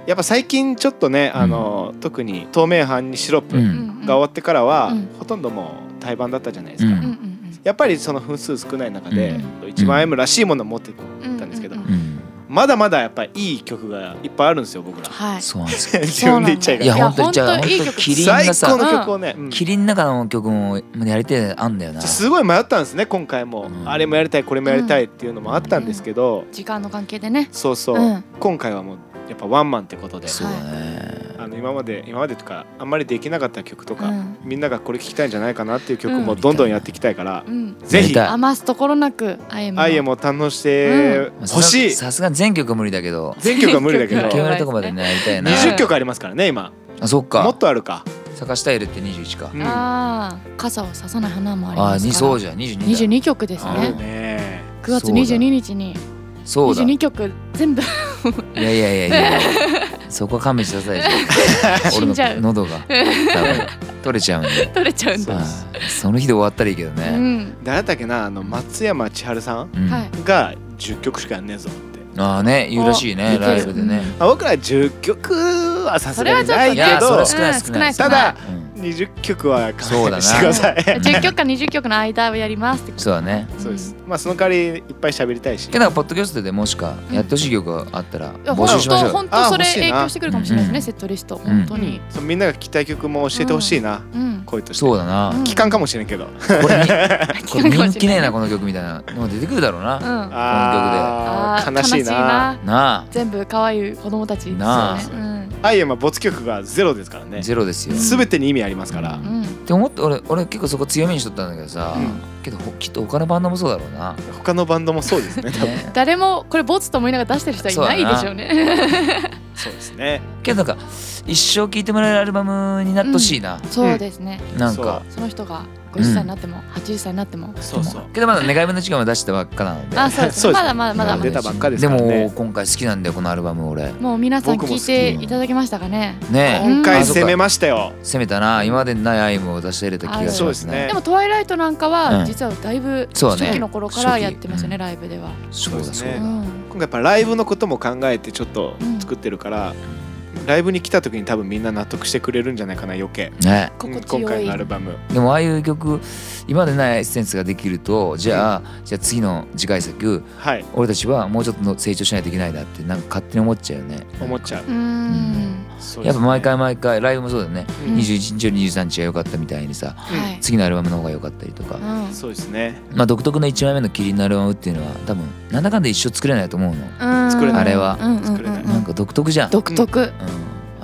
S3: やっぱ最近ちょっとねあの、特に透明版にシロップ
S2: う
S3: が
S4: うん
S2: ん
S4: うん
S3: 終わってからは、
S4: うん
S3: ほとんどもう対バンだったじゃないですか、
S2: うん
S4: うんうん
S3: やっぱりその分数少ない中で、一
S2: うん
S3: 番 M らしいものを持って
S4: うん
S3: たんですけど、
S4: うう
S2: うん
S3: まだまだやっぱりいい曲がいっぱいあるんですよ僕ら
S4: はい
S2: そうなんですよ
S3: 自分で言っちゃい
S2: い
S3: が
S2: や
S4: いや
S2: 本当にじゃあ
S4: 本当いい曲
S2: 本当キリンが
S3: 最高
S2: さ
S3: の曲をね、うん
S2: キリンの中の曲もやりてえあんだよな
S3: すごい迷ったんですね今回も、
S2: うん
S3: あれもやりたいこれもやりたいっていうのもあったんですけど、
S4: 時間の関係でね
S3: そうそう、
S4: うん
S3: 今回はもうやっぱワンマンってことで
S2: そうだね
S3: あの今まで今までとかあんまりできなかった曲とか、
S4: うん
S3: みんながこれ聴きたいんじゃないかなっていう曲
S4: う
S3: も
S2: ん
S3: どんどんやっていきたいから、
S4: うん
S3: ぜ
S2: やり
S3: ひ
S2: たい
S4: 余すところなくあえも
S3: アイエも堪能してほしい、
S2: さすがに全曲は無理だけど
S3: 全曲は無理だけ
S4: う
S3: ど
S4: ん
S2: 極めのとこまでねやりたいな
S4: うん
S3: 20曲ありますからね今
S2: あそっ
S3: もっ
S2: か
S3: とあるか、
S2: 坂下入れって21か
S3: うん、
S4: ああ傘をささない花もあり
S2: あ
S4: ま
S2: あ
S4: すから
S2: そうじゃん22だ
S4: 22曲です
S2: ある
S4: ね
S3: ね
S4: 9月
S2: そうだ
S4: 22日に
S2: そうだい
S4: 22曲全部
S2: やいやいやいやいやそこは勘弁してください
S4: 死んじゃう
S2: 俺の喉が多分取れちゃうんで
S4: 取れちゃうん
S3: そ
S4: だ
S3: う
S2: はいその日で終わったらいいけど
S4: う
S2: ね
S4: ん
S3: 誰だっけなあの松山千春さん
S2: うん
S4: はい
S3: が10曲しかやんねえぞって
S2: ああね言うらしい
S4: あ
S2: ねライブでね
S3: あ僕ら10曲はさすがにない
S2: い
S3: け
S2: やそれ
S3: ど
S2: は少ない
S4: うん
S2: 少ない
S4: 少
S3: た
S4: ない
S3: だ
S2: うん
S3: 20曲は
S2: そ
S3: 勘
S2: うだ
S3: 弁
S2: な
S3: してください
S4: うん10曲か20曲の間をやりますって
S2: そうだね
S3: そうですまあその代わりいっぱい喋りたいし
S2: けどなんかポッドキャストでもしかやってほしい曲があったら
S4: いや
S2: 募集しましょう
S4: 本当本当そ
S3: あ欲
S4: れ
S3: しいな
S4: 影響してくるかもしれないですね、
S2: うん
S4: セットリスト本当に、
S3: そうみんなが聞きたい曲も教えてほしいな、
S4: うん
S3: 声として
S2: そうだな
S4: うん
S3: 期間かもしれんけど、
S2: これにこ れ人気ねえな
S4: こ
S2: この曲みたいなのが出てくるだろうな
S4: うん
S3: あー
S4: ー
S3: 悲しいな
S2: な
S4: 全部可愛い子供たちですよね
S2: なあ
S4: うん
S3: アイエムは没曲がゼロですからね
S2: あゼロですよ
S3: 全てに意味ありますから、
S2: うん
S4: うん
S2: って思って俺俺結構そこ強みにしとったんだけどさ
S3: う
S2: けどほきっと他のバンドもそうだろうな
S3: 他のバンドもそ うですね多分
S2: ね
S4: 誰もこれボツと思いながら出してる人はいないでしょうね
S3: そうですね
S2: けどなんか一生聴いてもらえるアルバムになってほしいな
S4: そう
S3: うだな
S4: ですね
S2: なんか
S4: その人が50歳になっても80歳になっても、
S3: そうそう
S2: けどまだ願い目の時間は出したばっかなので
S4: あそうです
S3: そうです
S4: まだまだまだ
S3: ま出たばっかです
S2: で
S3: からね
S2: も今回好きなんだよこのアルバム俺
S4: もう皆さん
S3: 僕も
S4: 聞
S3: 好
S4: い
S3: き
S4: ていただけましたかね
S2: ねえ
S4: うん
S3: 今回攻めましたよ
S2: 攻めたな今までにないアイムを出し入れた気がし
S3: そう
S2: ま
S3: ですす
S2: ね
S3: ね
S4: でも「トワイライト」なんか
S2: う
S4: は
S2: ん
S4: 実はだいぶ
S2: そうね
S4: 初期の頃からやってましたね、
S2: 初期うん
S4: ライブでは、
S2: そうだ
S3: そ
S2: そうう
S3: で
S2: だ
S3: すね
S4: うん、
S3: 今回やっぱライブのことも考えてちょっと作ってるから、ライブに来た時に多分みんな納得してくれるんじゃないかな余計
S2: ね
S4: 心地
S3: 今
S4: よ
S3: 回
S4: い、
S3: のアルバム
S2: でもああいう曲今までないエッセンスができるとじゃあじゃあ次の次回作
S3: はい
S2: 俺たちはもうちょっとの成長しないといけないなってなんか勝手に思っちゃうよね
S3: 思っちゃう
S4: うーん
S3: そうで
S2: やっ
S3: す
S2: ぱ
S3: ね
S2: 毎回毎回ライブもそうだよね
S3: うん
S2: 21日より23日が良かったみたいにさ
S4: はい、
S2: 次のアルバムの方が良かったりとか
S4: うん
S3: そうですね
S2: まあ独特の1枚目のキリンのアルバムっていうのは多分なんだかんだ一生作れないと思うの
S3: 作れない
S2: あれは
S4: うんうんうん
S3: 作れない
S2: なんか独特じゃん
S4: 独特
S2: うん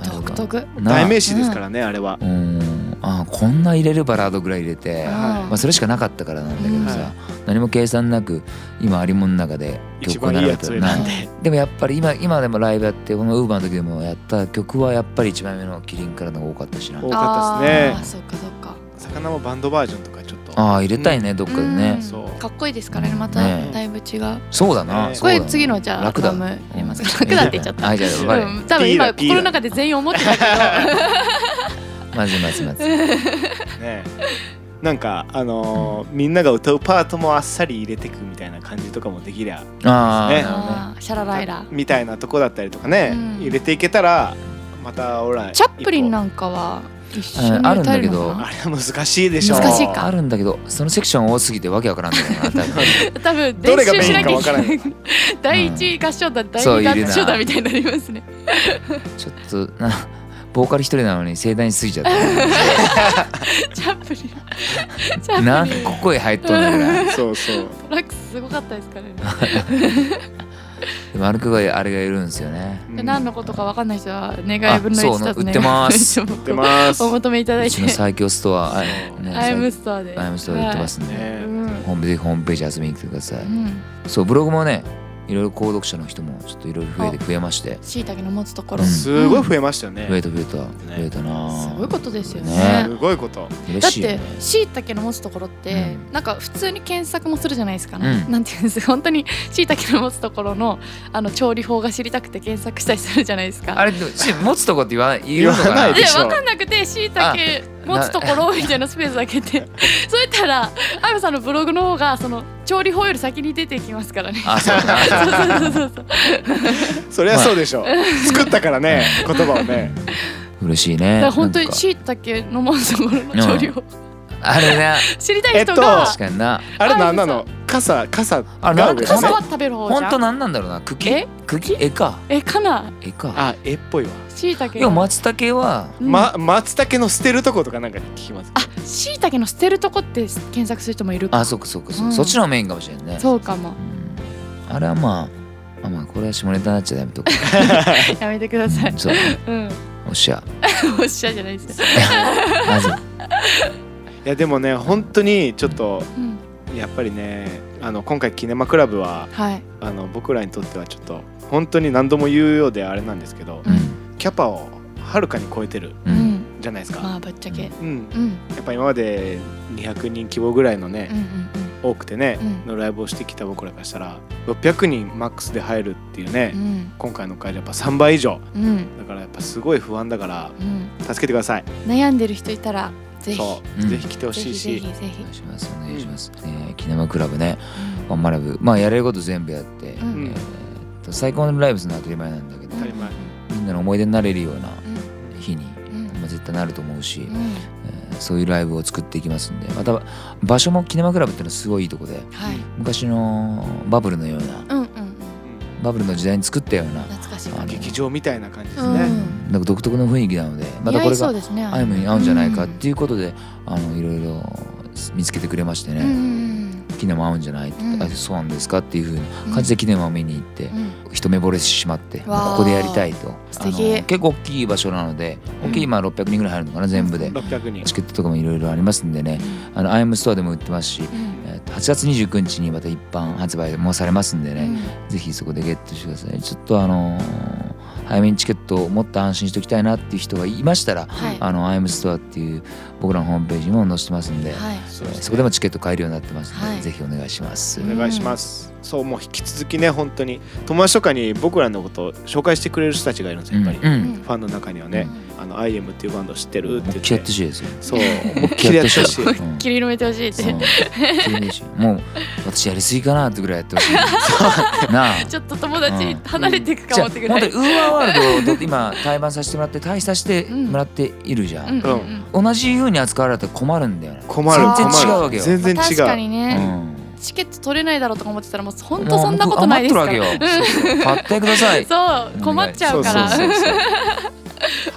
S2: あれは
S4: 独特
S2: な
S3: 代名詞ですからねあれは
S2: うんあこんな入れるバラードぐらい入れて
S4: うん
S3: は
S2: まあ、それしかなかったからなんだけどさ、
S3: は
S2: 何も計算なく今ありもんの中で
S3: 一
S2: を
S3: 番いいやつを選
S2: なん
S3: で
S2: でもやっぱり今今でもライブやってこのウーバーの時でもやった曲はやっぱり一番目のキリンからの方が多かったしな
S3: 多かったです
S4: あー
S3: ね
S4: そっかそっか
S3: 魚もバンドバージョンとかちょっと
S2: ああ入れたいね、どっかで
S4: うん
S2: ね
S3: そう
S4: かっこいいですからねまた
S2: ね
S4: だいぶ違う、
S2: そうだな、
S3: ね
S2: そ
S4: こ
S2: うだ
S4: れ
S2: な
S4: 次のじゃあ
S2: 楽だ
S4: アルバム入れます
S2: うん
S4: 楽だって言っちゃった
S2: はいじゃあ
S3: う
S2: 分
S3: ん
S2: かる、
S4: うん、多分今心の中で全員思ってた けど
S2: まずまずまず
S3: ねなんかあのーみんなが歌うパートもあっさり入れてくみたいな感じとかもできりゃ
S2: ああ、
S3: ね
S2: なるほどね
S4: あーシャラライラ
S3: みたいなとこだったりとかね、
S4: うん
S3: 入れていけたらまた俺ら
S4: チャップリン
S3: ん
S4: なんかは一緒に
S2: あるん
S4: 歌
S2: だ
S4: え
S2: け
S4: る
S2: ど
S4: の
S3: あ
S4: か
S3: れは難しいでしょ
S4: 難しいか
S2: あるんだけどそのセクション多すぎてわけわからんだよな多分
S4: な多分
S3: どれが
S4: 練習
S3: メイ
S4: し
S3: ン
S4: な
S3: か
S4: きゃい
S3: わからない
S4: けない 第一合唱団第
S2: そういる
S4: 二
S2: な
S4: 合唱団みたいになりますね
S2: ちょっとなボーカル一人なのに盛大に過ぎちゃった
S4: チャップリンチャップリン
S2: なんか声入っとんだから
S3: そう そう
S4: トラックスすごかったですからね
S2: でもあの曲があれがいるんですよね
S3: うん
S4: で何のことかわかんない人は願い分の1
S2: あ
S4: だ
S2: そ
S4: と
S2: う売
S4: ね
S2: ってます
S4: 売
S3: 売ってます
S4: お求めいただ
S2: う
S4: い
S2: ち
S4: て
S2: の最強ストア、あね
S4: アイム
S2: 最
S4: ストアで
S2: アイムストアで売ってますんで、
S4: は
S3: ね
S4: いうん
S2: ホームぜひホームページ遊びに来てください。
S4: うん
S2: そう、ブログもね、いろいろ購読者の人もちょっといろいろ増えて増えまして
S4: しいたけの持つところ、
S2: うん
S3: すごい増えましたよね、
S2: 増えた増えた増えたな
S4: すごいことですよね
S2: ね
S3: すごいこと
S4: だ
S2: 嬉
S4: っ
S2: しいよね
S4: てしいたけの持つところって、なんか普通に検索もするじゃないですか、
S2: うん
S4: なんていうんですか本当にしいたけの持つところのあの調理法が知りたくて検索したりするじゃないですか
S2: あれでもし持つとこって言わない言うのか
S3: 言わ
S2: な
S3: ない
S4: で
S3: でしょ
S4: 分かんなくてしいたけ持つところみたいなスペースだけで そうやったらあゆさんのブログの方がその調理法より先に出てきま すからね
S2: あそうだな
S4: そうそうそうそう
S3: そりゃそうでしょ、作ったからね言葉をね
S2: 嬉しい
S4: だ
S2: ね
S4: から本当に
S2: なんか
S4: しいたけの持つところの調理法
S2: あれ な
S4: 知りたい人が
S2: 確かにな
S3: あれなんなの傘傘
S2: あれな
S3: が
S2: ん
S3: 上
S2: か
S4: 傘は食べる方じ
S2: 本
S4: ゃ
S2: 当
S4: ん
S2: なんなんだろうな茎
S4: え
S2: 茎絵か
S4: えかな
S2: 絵か
S3: あ絵っぽいわ、
S4: しいたけ
S2: でも松茸は
S3: ま松茸の捨てるとことかなんか聞きます
S4: あ、しいたけの捨てるとこって検索する人もいるか
S2: あそっかそっかそっ
S4: う
S2: か
S4: ん
S2: そっちのメインかもしれんね
S4: そうかも
S2: うんあれはまああまあこれは下ネタになっちゃダメ とか
S4: やめてください
S2: そう
S4: うん
S2: おっしゃ
S4: おっしゃじゃないですよ
S2: まず
S3: いやでもね本当にちょっと
S4: うん
S3: やっぱりねあの今回キネマクラブは
S4: はい
S3: あの僕らにとってはちょっと本当に何度も言うようであれなんですけど
S2: うん
S3: キャパをはるかに超えてる
S2: う
S4: うんん
S3: じゃないですか、
S4: まあぶっちゃけ
S3: うん、
S4: うん
S3: やっぱ今まで200人規模ぐらいの
S4: う
S3: ね、
S4: んうんうん
S3: 多くてね、
S4: うん
S3: のライブをしてきた僕らからしたら600人マックスで入るっていうね、
S4: うん
S3: 今回の会場やっぱ3倍以上
S4: うん
S3: だからやっぱすごい不安だから
S4: うん
S3: 助けてください
S4: 悩んでる人いたらぜひ
S3: そう、
S2: うん
S3: ぜひ来てほ
S4: ぜ
S3: し
S4: ひ
S3: い
S4: ぜ
S3: し
S4: ひぜひ
S2: お願いしますお願いしますねキネマクラブねワンマラブまあやれること全部やってえ
S4: うん
S3: うん
S2: ーっと最高のライブするのは当たり前なんだけど
S4: うん
S3: 当たり前
S2: みんなの思い出になれるような
S4: うん
S2: 日に
S4: うん
S2: まあ絶対なると思うし
S4: うん
S2: えーそういうライブを作っていきますんでまた場所もキネマクラブっていうのはすごいいいとこで
S4: はい
S2: 昔のバブルのような
S4: うんうんうん
S2: バブルの時代に作ったような
S4: 懐かしい
S2: あの
S3: 劇場みたいな感じです
S4: うん
S3: ね、
S2: なんか独特の雰囲気なのでまたこ
S4: 似合
S2: れ
S4: いそ
S2: が
S4: うですね
S2: アイムに合うんじゃないかっていうことで、あのいろいろ見つけてくれまして
S4: うんうん
S2: ね、キネマ合うんじゃないって、
S4: うん
S2: あそうなんですかっていうふうな
S4: うん
S2: 感じでキネマを見に行って、
S4: うんうん
S2: 一目惚れしてしまってこ
S4: わあ
S2: こでやりたいと
S4: 素
S2: あ
S4: 敵
S2: の結構大きい場所なので大きい今600人ぐらい入るのかな全部で、
S3: 600人
S2: チケットとかもいろいろありますんでねあのアイムストアでも売ってますし、
S4: うん
S2: えーと8月29日にまた一般発売もされますんで
S4: う
S2: ね、
S4: ん
S2: ぜひそこでゲットしてください。ちょっとあのー早めにチケットをもっと安心しておきたいなっていう人がいましたら、
S4: はい
S2: あのアイムストアっていう僕らのホームページにも載せてますんで、
S4: はい
S3: そ
S2: え
S3: う
S2: ー
S3: すね
S2: そこでもチケット買えるようになってますので、
S4: はい
S2: ぜひお願いします。
S4: うん
S3: お願いします、そうもう引き続きね本当に友達とかに僕らのことを紹介してくれる人たちがいるんですよやっぱり、
S2: うんう
S4: うん
S2: ん
S3: ファンの中にはね「あの IM っていうバンド知ってる?」って
S2: もう
S3: 言っ
S2: きやってほ
S3: て
S2: しいですよ。
S3: そう思いっきりやってほしい
S2: もうきやってほしい。
S4: 切り止めてほしいっ
S2: うん
S4: て
S2: うんきやってほしいもう私やりすぎかなってぐらいや ってほしい。なあ。
S4: ちょっと友達
S2: うん
S4: 離れていくかもってぐら
S2: 本当
S4: い
S2: にウーバーワールドで今対バンさせてもらって退社してもらっているじゃん。
S4: うんうんうん
S2: 同じ風に扱われたら困るんだよね。
S3: 困る
S4: 全然
S3: 困る
S2: 違うわけよ
S3: 全然違う
S4: 確かに
S2: う
S4: ね
S2: ん
S4: チケット取れないだろうとか思ってたらもう本当そんなことないですから
S2: もう僕余ってるわけよ。買ってください。
S4: そう困っちゃうから
S3: そうそうそうそう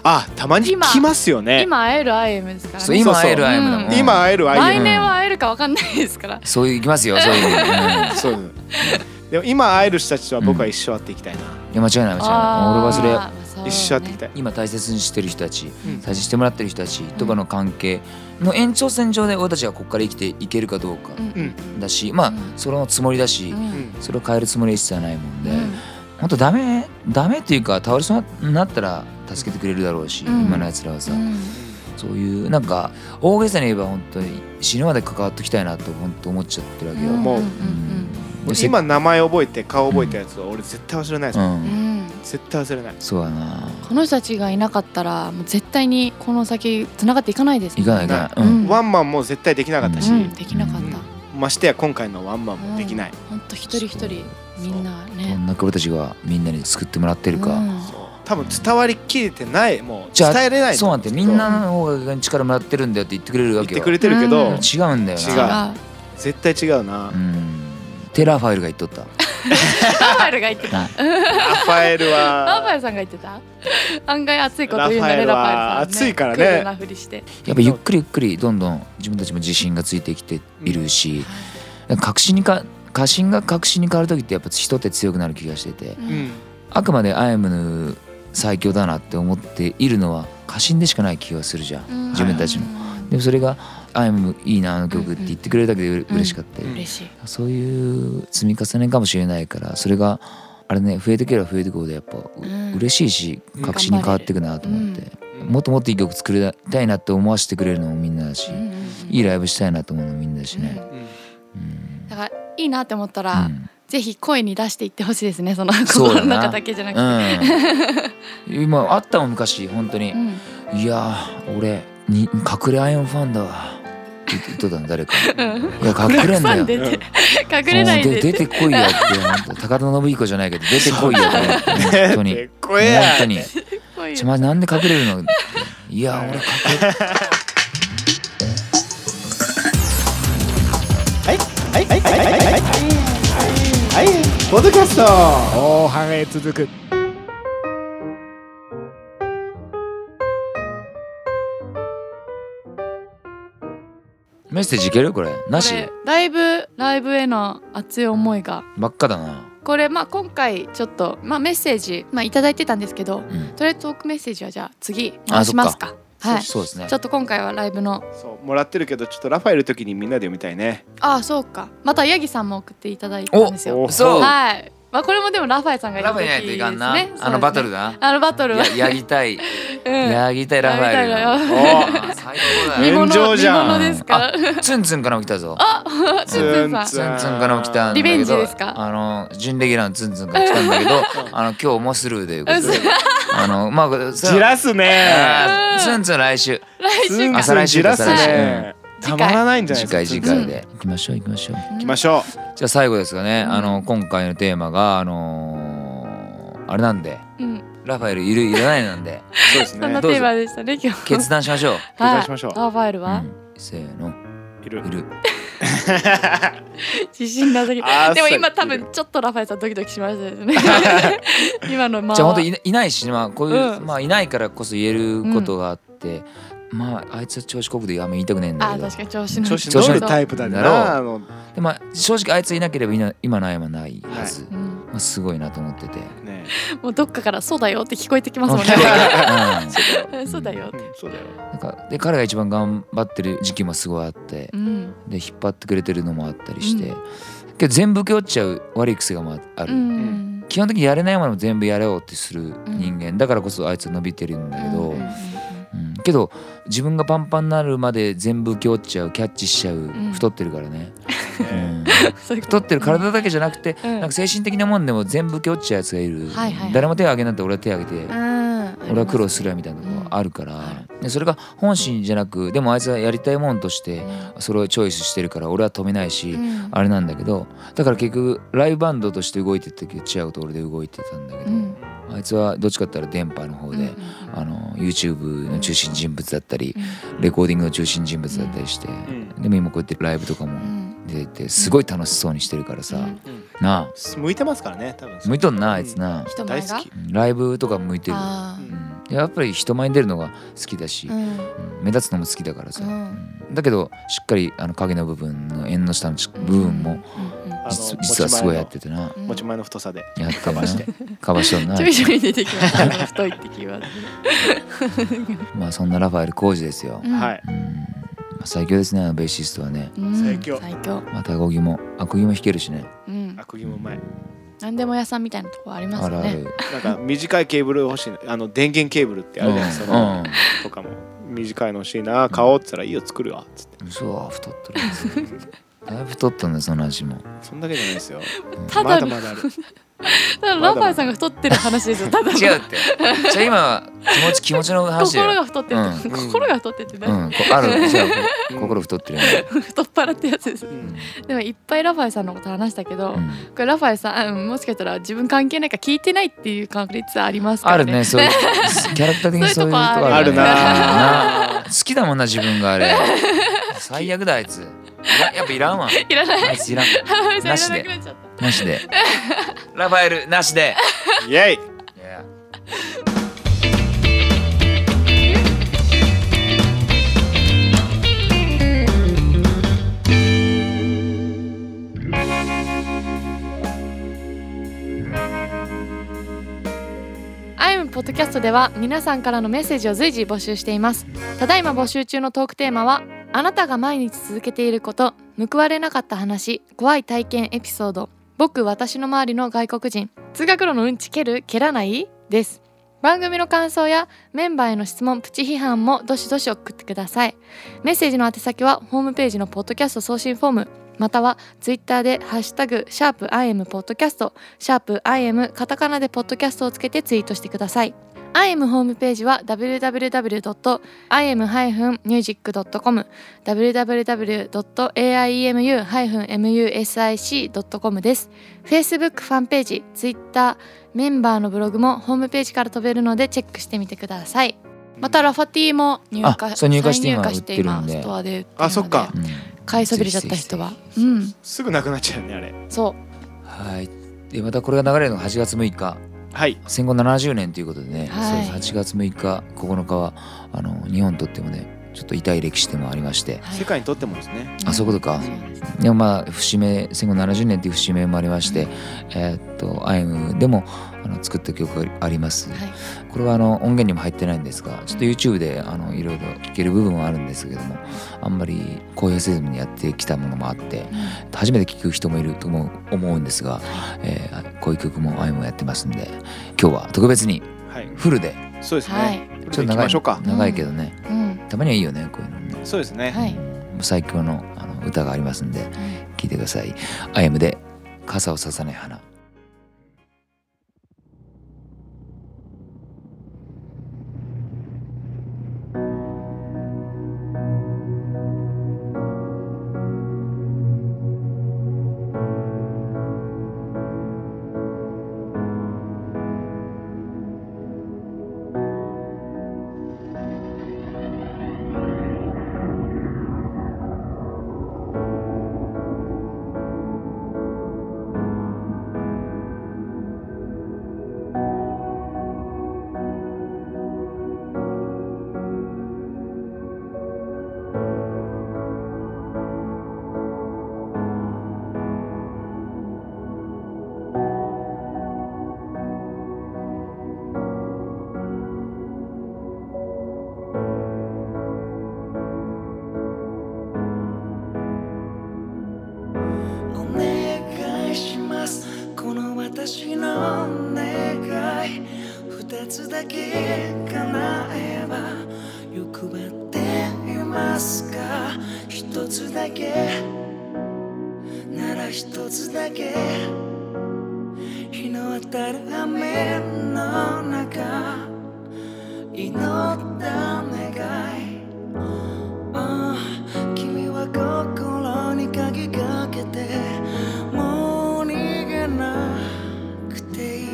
S3: あたまに来ますよね
S4: 今会える IM ですから
S2: そう
S4: ね
S2: 今会える会えるだもん。
S3: 今会える IM
S4: 来年は会えるかわかんないですから
S2: そういう行きますよ。そういう。うんいや
S3: そうでも今会える人たちとは僕は一生会っていきたいな、
S2: 間違いない間違いない。俺はそれ
S4: あーそうね
S3: 一生会っていきたい、
S2: 今大切にしてる人たち、
S3: うん
S2: 大切にしてもらってる人たちとかの関係の延長線上で俺たちがここから生きていけるかどうか
S4: うん
S3: うん
S2: だし、まあ
S4: うん
S2: そのつもりだし
S3: う
S4: う、
S3: んん
S2: それを変えるつもりは一切ないもんで、
S4: うん
S2: 本当ダメダメっていうか倒れそうになったら助けてくれるだろうし、
S4: うん
S2: 今のやつらはさ、
S4: うん
S2: そういうなんか大げさに言えば本当に死ぬまで関わっときたいなと本当思っちゃってるわけよ。
S4: ん
S3: もう
S2: うんせっ
S3: 今名前覚えて顔覚えたやつは俺絶対忘れないです、
S2: うん
S4: うんうん
S3: 絶対忘れない
S2: そうやな。
S4: この人たちがいなかったらもう絶対にこの先つながっていかないです
S2: 行かない行
S4: か
S2: かない。うん。
S3: ワンマンも絶対できなかったし、
S4: うんできなかった
S3: ましてや今回のワンマンもできない、
S4: 本当一人一人みんな
S2: こ
S4: ね
S2: んな俺たちがみんなに救ってもらってる
S4: う
S2: か。
S4: ん
S3: そう多分伝わりきれてないもう
S2: じゃ
S3: 伝
S2: あ
S3: えれない
S2: そうなんてみんなの方が力もらってるんだよって言ってくれる
S3: 言
S2: わ
S3: っ
S2: け
S3: て
S2: よ。
S3: くれてるけ
S4: う
S3: ど、
S4: ん
S2: 違うんだよ
S3: 違う
S2: な。
S4: あ
S3: 絶対違う
S2: う
S3: な、
S2: ん。テラファイルが言っとった。
S4: ラファエルが言ってた。
S3: ラファエル
S4: ラファエ
S3: は
S4: ルさんが言ってた。案外熱いこと言うんだ
S3: ラファエ
S4: ね、ラファエ
S3: ル
S4: ルさん、ね。
S3: は熱いからね
S4: クールなふりして。
S2: やっぱゆっくりゆっくりどんどん自分たちも自信がついてきているし、確信にか過信が確信に変わる時ってやっぱ人って強くなる気がしてて。
S4: う
S3: うんん
S2: あくまでアイムの最強だなって思っているのは過信でしかない気がするじゃん、自分たちの。
S4: うん
S2: でもそれが「アイムいいなあの曲」って言ってくれるだけでう
S4: うん
S2: 嬉しかったり、
S3: うん
S4: 嬉しい
S2: そういう積み重ねかもしれないからそれがあれね増えてければ増えてくほどやっぱう、
S4: ん
S2: 嬉しいし
S3: うん
S2: 確信に変わっていくなと思って、もっともっといい曲作りたいなって思わせてくれるのもみんなだし、
S4: うんうんうん
S2: いいライブしたいなと思うのもみんなだしね。
S3: う
S2: う
S3: ん
S2: ん
S4: だからいいなって思った
S2: う
S4: ら、
S2: ん
S4: ぜひ声に出していってほしいですねその
S2: そうだ
S4: 心の
S2: な
S4: 中だけじゃなくて
S2: うん、今あったもん昔本当に
S4: う
S2: 「
S4: ん
S2: いやー俺に隠れアイオンファンだわ」って言ってたの誰か「いや隠れんだ
S4: さ
S2: よ
S4: ん」でって 隠
S2: そう
S4: れないで
S2: で出てこいよって本当高田信彦じゃないけど出てこいよって 本当に
S3: でっ
S2: 本
S3: こえや
S2: 当に
S4: こういう
S2: ちょまなんで隠れ るのっていや俺隠れ
S5: はいはいはいはいはいはいはいポッドキャスト後半へ続く
S2: メッセージいけるこれなし
S4: これライブライブへの熱い思いが
S2: ばっかだな
S4: これまあ今回ちょっと、まあ、メッセージ、まあ、いただいてたんですけど
S2: うん
S4: とりあえずトークメッセージはじゃあ次
S2: あ
S4: 回しますかはい
S2: そうですね
S4: ちょっと今回はライブの
S3: そうもらってるけどちょっとラファエルの時にみんなで読みたい ね
S4: ああそうかまたヤギさんも送っていただいたんですよ
S3: お
S2: そう
S4: はい、まあ、これもでもラファエルさんがいる
S2: ラ
S4: 時
S2: ファエルやないといかんな
S4: ですね
S2: あのバトル
S4: そう
S2: だ
S4: ですねあのバトル
S2: な
S4: は
S2: ややりたい
S4: うん
S2: やりたいラファエルだ
S4: やりたいラ
S3: お
S2: あー最高だ
S4: 見
S2: よ
S4: 物
S3: 炎上じゃん
S4: 見物ですから
S2: ツンツンからも来たぞ
S4: ツンツンさん
S2: ツンツンからも来たんだけど
S4: リベンジですか
S2: あの準レギュラーのツンツンから来たんだけ どあの今日もスルーということで
S4: うん
S2: あのまあそれは
S3: じらすね
S2: あーツンツン来週
S4: 来
S3: ツ
S4: 週
S3: ン
S4: か
S2: 朝
S3: ツン
S2: 来
S3: じ
S2: 週
S3: ら
S2: か
S3: す
S2: 再来週
S3: ねた
S4: 次回
S3: まらないんじゃない
S2: 次回
S3: です
S2: 次
S3: か
S2: 回で行きましょう行きましょう
S3: 行きましょ
S2: じゃあ最後ですかねあの今回のテーマがあのーあれなんで
S4: うん
S2: ラファエルいるいらないなん で
S3: うそうです
S4: そん
S3: ね
S4: なテーマでしたね今日
S2: 決断しましょう
S3: 決断しましょう
S4: はいラファエル
S2: う
S4: は
S2: んせーの
S3: いる
S2: いる
S4: 自信なさげ
S3: あー
S4: でも今多
S3: そ
S4: 分ちょっとラファエルさんドキドキしましたよね今のまあ
S2: じゃあ本当いないないし、まあ、こういう、
S4: うん
S2: まあいないからこそ言えることがあって、まああいつは調子こくであんま言いたくねえんだ
S4: あ
S2: け
S4: ー
S2: ど
S4: 確かに調子の
S3: 調子乗るタイプだ
S2: なろう
S3: なあの
S2: で、まあ、正直あいついなければ今今の愛はないはず、
S4: うん
S2: まあ、すごいなと思ってて。
S3: ね
S4: もうどっかからそうだよって聞こえてきますもん
S2: うん
S4: ね
S2: ん
S4: そうだよ
S3: う、んそうだよ
S2: なんかで彼が一番頑張ってる時期もすごいあって
S4: うん
S2: で引っ張ってくれてるのもあったりして、
S4: う
S2: けど全部受け負っちゃう悪い癖がまああ
S4: う
S2: る、
S4: ん
S2: 基本的にやれないものも全部やれようってする人間、だからこそあいつは伸びてるんだけど、
S4: うんう
S2: う
S4: ん
S2: んけど自分がパンパンになるまで全部受け負っちゃうキャッチしちゃう、
S4: ん
S2: 太ってるから ね、うん
S4: そういうこ
S2: 太
S4: と
S2: ってる体だけじゃなくて、
S4: うん
S2: なんか精神的なもんでも全部受け負っちゃうやつがいる、
S4: はいはい
S2: 誰も手を挙げないと俺は手を挙げて、
S4: うん
S2: 俺は苦労するやみたいなとこがあるから、でそれが本心じゃなくでもあいつはやりたいもんとしてそれをチョイスしてるから俺は止めないし、
S4: うん
S2: あれなんだけどだから結局ライブバンドとして動いてた時はチアゴと俺で動いてたんだけ
S4: う
S2: ど、
S4: ん
S2: あいつはどっちかって言ったら電波の方で。
S4: うん
S2: あの YouTube の中心人物だったり
S4: うん
S2: レコーディングの中心人物だったりして、
S3: ん
S2: でも今こうやってライブとか
S4: う
S2: も
S4: ん
S2: 出ててすごい楽しそうにしてるからさ、
S4: うん
S3: うん
S2: なあ
S3: 向いてますからね多分
S2: 向いとんなあいつ
S3: うん
S2: な、
S4: 人前
S3: 大
S4: が
S3: 好き
S2: うんライブとか向いてる、
S4: あ
S3: う
S4: ー
S2: うんん、やっぱり人前に出るのが好きだし、
S4: う
S2: うん
S4: ん
S2: 目立つのも好きだからさ、
S4: うん
S2: うんだけどしっかりあの影の部分の縁の下のち部分も
S4: うんうん
S3: あの
S2: 実
S3: 持ち前の
S2: 実はすごいやっててな
S4: うん
S3: 持ち前の太さで
S2: やってかばして かばしとんな
S4: ちょいちょい出てきましたね太いってきます
S2: まあそんなラファエル浩二ですよ、
S4: うん
S3: はい
S2: うんまあ最強ですねあのベーシストはね
S4: うん
S3: 最強
S4: 最強
S2: またアコギもアコギも弾けるしね
S4: うん
S3: あくぎもうまい
S4: 何でも屋さんみたいなとこあります
S2: ある
S4: よ
S2: あ
S4: ね
S2: る
S3: なんか短いケーブル欲しいなあの電源ケーブルってあるじゃないです
S2: うん
S3: かとかも短いの欲しいな買おうっつったらいいよ作るわっつって
S2: うんそう太ってるやつ だいぶ太ったんだよその味 も
S3: そんだけじゃないですよ
S4: た
S3: ま
S4: だ
S3: だ
S4: の
S3: まだある
S4: ただラファエルさんが太ってる話ですよただの
S2: 違 うってじゃあ今は気持ち気持ちの話だ
S4: 心
S2: よ
S4: が太ってるって、
S3: うん
S4: 心が太ってって
S2: う
S4: 何、
S2: んこある じゃあ心太ってるよね
S4: 太っ腹ってやつです
S3: うん
S4: でもいっぱいラファエルさんのこと話したけど、
S2: う
S4: こ
S2: ん
S4: れラファエルさん、うん、もしかしたら自分関係ないから聞いてないっていう確率ありますか
S2: あ
S4: ら
S2: る
S4: ね
S2: ねそういうキャラクター的にそういうとこあ
S3: あ
S2: る
S3: る
S2: ねな
S3: な
S2: 好きだもんな自分があれ最悪だあいついらやっぱいらんわ
S4: いらない
S2: あいついらん
S4: ラファエル
S2: な
S4: さ
S2: し
S4: んい
S2: で
S4: らなくなっちゃっ
S2: なしでラファエルなしで
S3: イエイ
S2: いや
S4: た「アイムポポッドキャストでは皆さんからのメッセージを随時募集していますただいま募集中のトークテーマはあなたが毎日続けていること報われなかった話怖い体験エピソード僕私の周りの外国人通学路のうんち蹴る蹴らないです番組の感想やメンバーへの質問プチ批判もどしどし送ってくださいメッセージの宛先はホームページのポッドキャスト送信フォームまたはツイッターで「ハッシュタグシャープ #IM ポッドキャスト」「シャープ #IM カタカナ」でポッドキャストをつけてツイートしてください IM ホームページは www.im-music.com www.aimu-music.com です。Facebook ファンページ、Twitter、メンバーのブログもホームページから飛べるのでチェックしてみてください。またラファティも入荷
S2: あそう入荷して
S4: 再
S2: 今
S4: 今
S2: 売ってるんで
S4: ストアで売ってるので
S3: あそっか
S2: うん
S4: 買いそびれちゃった人は
S2: ぜひ
S4: う
S2: ぜひ
S4: ん
S3: すぐなくなっちゃうよねあれ
S4: そ
S2: はいでまたこれが流れるのが8月6日
S3: はい
S2: 戦後70年ということでね、
S4: はい
S2: そうです8月6日9日はあの日本にとってもねちょっと痛い歴史でもありまして
S4: う、はい
S3: 世界にとってもですね
S2: あそういうことか
S4: そうですね
S2: でもまあ節目戦後70年という節目もありまして、えーっと「アイムでもあの作った曲があります、
S4: はい
S2: これはあの音源にも入ってないんですがちょっと YouTube であのいろいろ聴ける部分はあるんですけれどもあんまり公表せずにやってきたものもあって初めて聴く人もいると思う思うんですが、えーこういう曲も「アイムもやってますんで今日は特別に
S3: はい
S2: フルで
S3: そうです
S4: は
S3: ね
S4: い
S3: ちょ
S2: ちょ
S3: っと
S2: っと
S3: 行き
S2: 長い
S3: ましょうか
S2: 長いけどね、
S4: うん
S2: たまにはいいよねこういうのね、
S3: そうですね
S4: はい
S2: もう最強のあの歌がありますんで
S4: うん
S2: 聴いてください「アイムで傘をささない花」
S6: お願いしますこの私の願い二つだけ叶えば欲張っていますか一つだけなら一つだけ日の当たる雨の中祈った願いああ君は心に鍵かけてもう逃げなくていい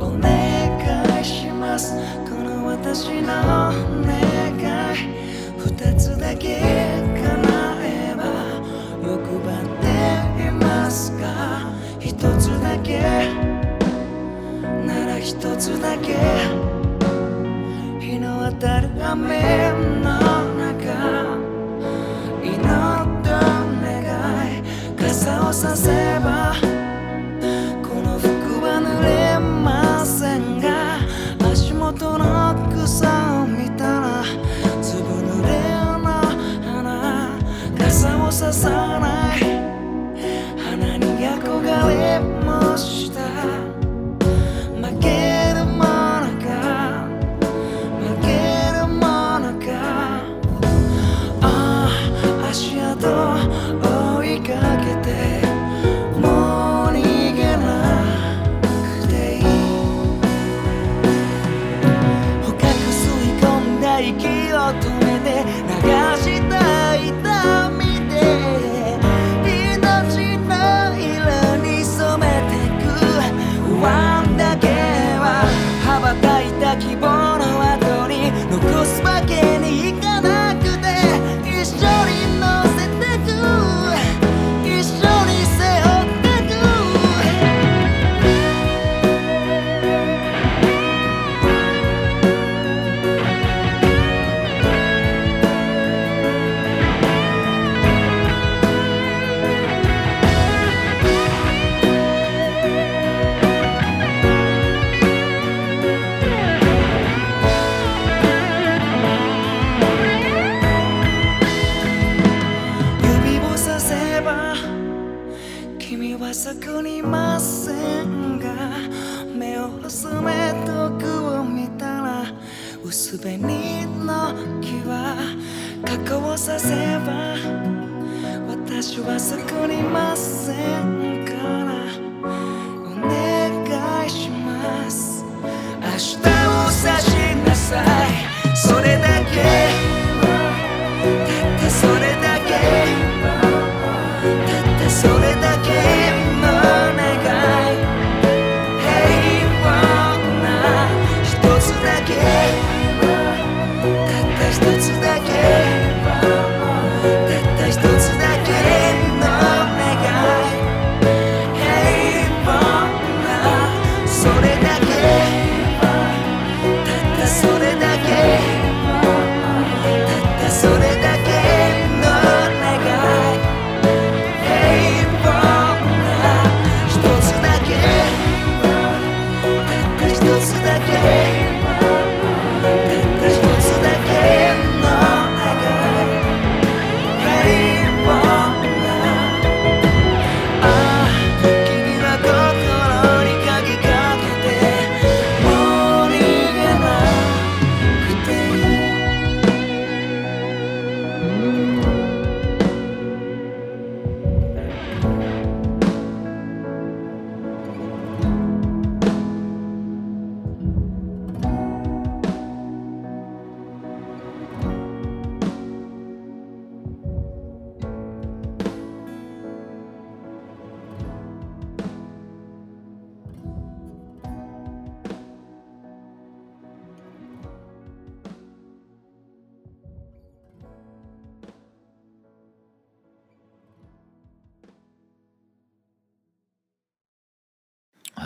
S6: お願いしますこの私の願い二つだけ叶えば欲張っていますか一つだけなら一つだけ日の当たる雨の中祈った願い傘をさせばこの服は濡れませんが足元の草を見たら粒濡れの花傘をささない花に憧れました負けるものか負けるものかそこにいませんが目を細め遠くを見たら薄紅の木は加工させば私はそこにいませんからお願いします明日を差しなさいそれだけたったそれだけたったそれだけの願い平凡な一つだけたった一つだけたった一つだけの願い平凡なそれだけたったそれだけたったそれだけの願い「平凡なひとつだけ」「たったひとつだけ」「たったひとつだけの長い平凡な」「ああ君は心に鍵かけて」「もう逃げなくていい」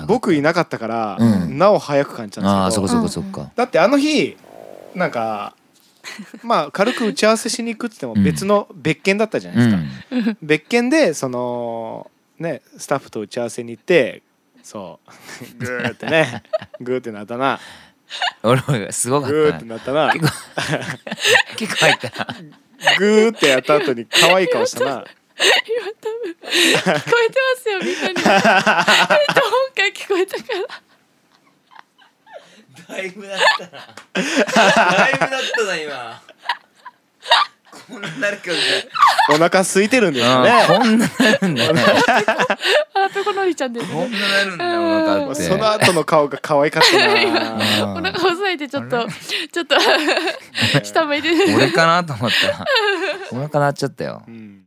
S3: 僕いなかったから、
S2: うん
S3: なお早く感じたんですけど
S2: ああーそこそこそっか、
S3: だってあの日なんか まあ軽く打ち合わせしに行くって言っても別の別件だったじゃな
S2: う
S3: い
S2: ん
S3: ですか、別件でそのねスタッフと打ち合わせに行ってそう グーってねグーってなったな
S2: 俺もすご
S3: グ
S2: かっ
S3: ーって
S2: たな
S3: なったな
S2: 結構 結構入ったな
S3: グーってやった後に可愛い顔し たな
S4: 聞こえてますよみんなに本回聞こえたから
S7: だいぶだったなだいぶだったな今こんなるか
S3: お腹空いてるんですよね
S2: うんこんななんだね
S4: あペコのりちゃんです
S7: こ
S4: ね
S7: んななるんだお腹って
S3: その後の顔が可愛かったな
S4: お腹押さえてちょっとちょっと下向いてる
S2: 俺かなと思ったらお腹鳴っちゃったよ
S3: うん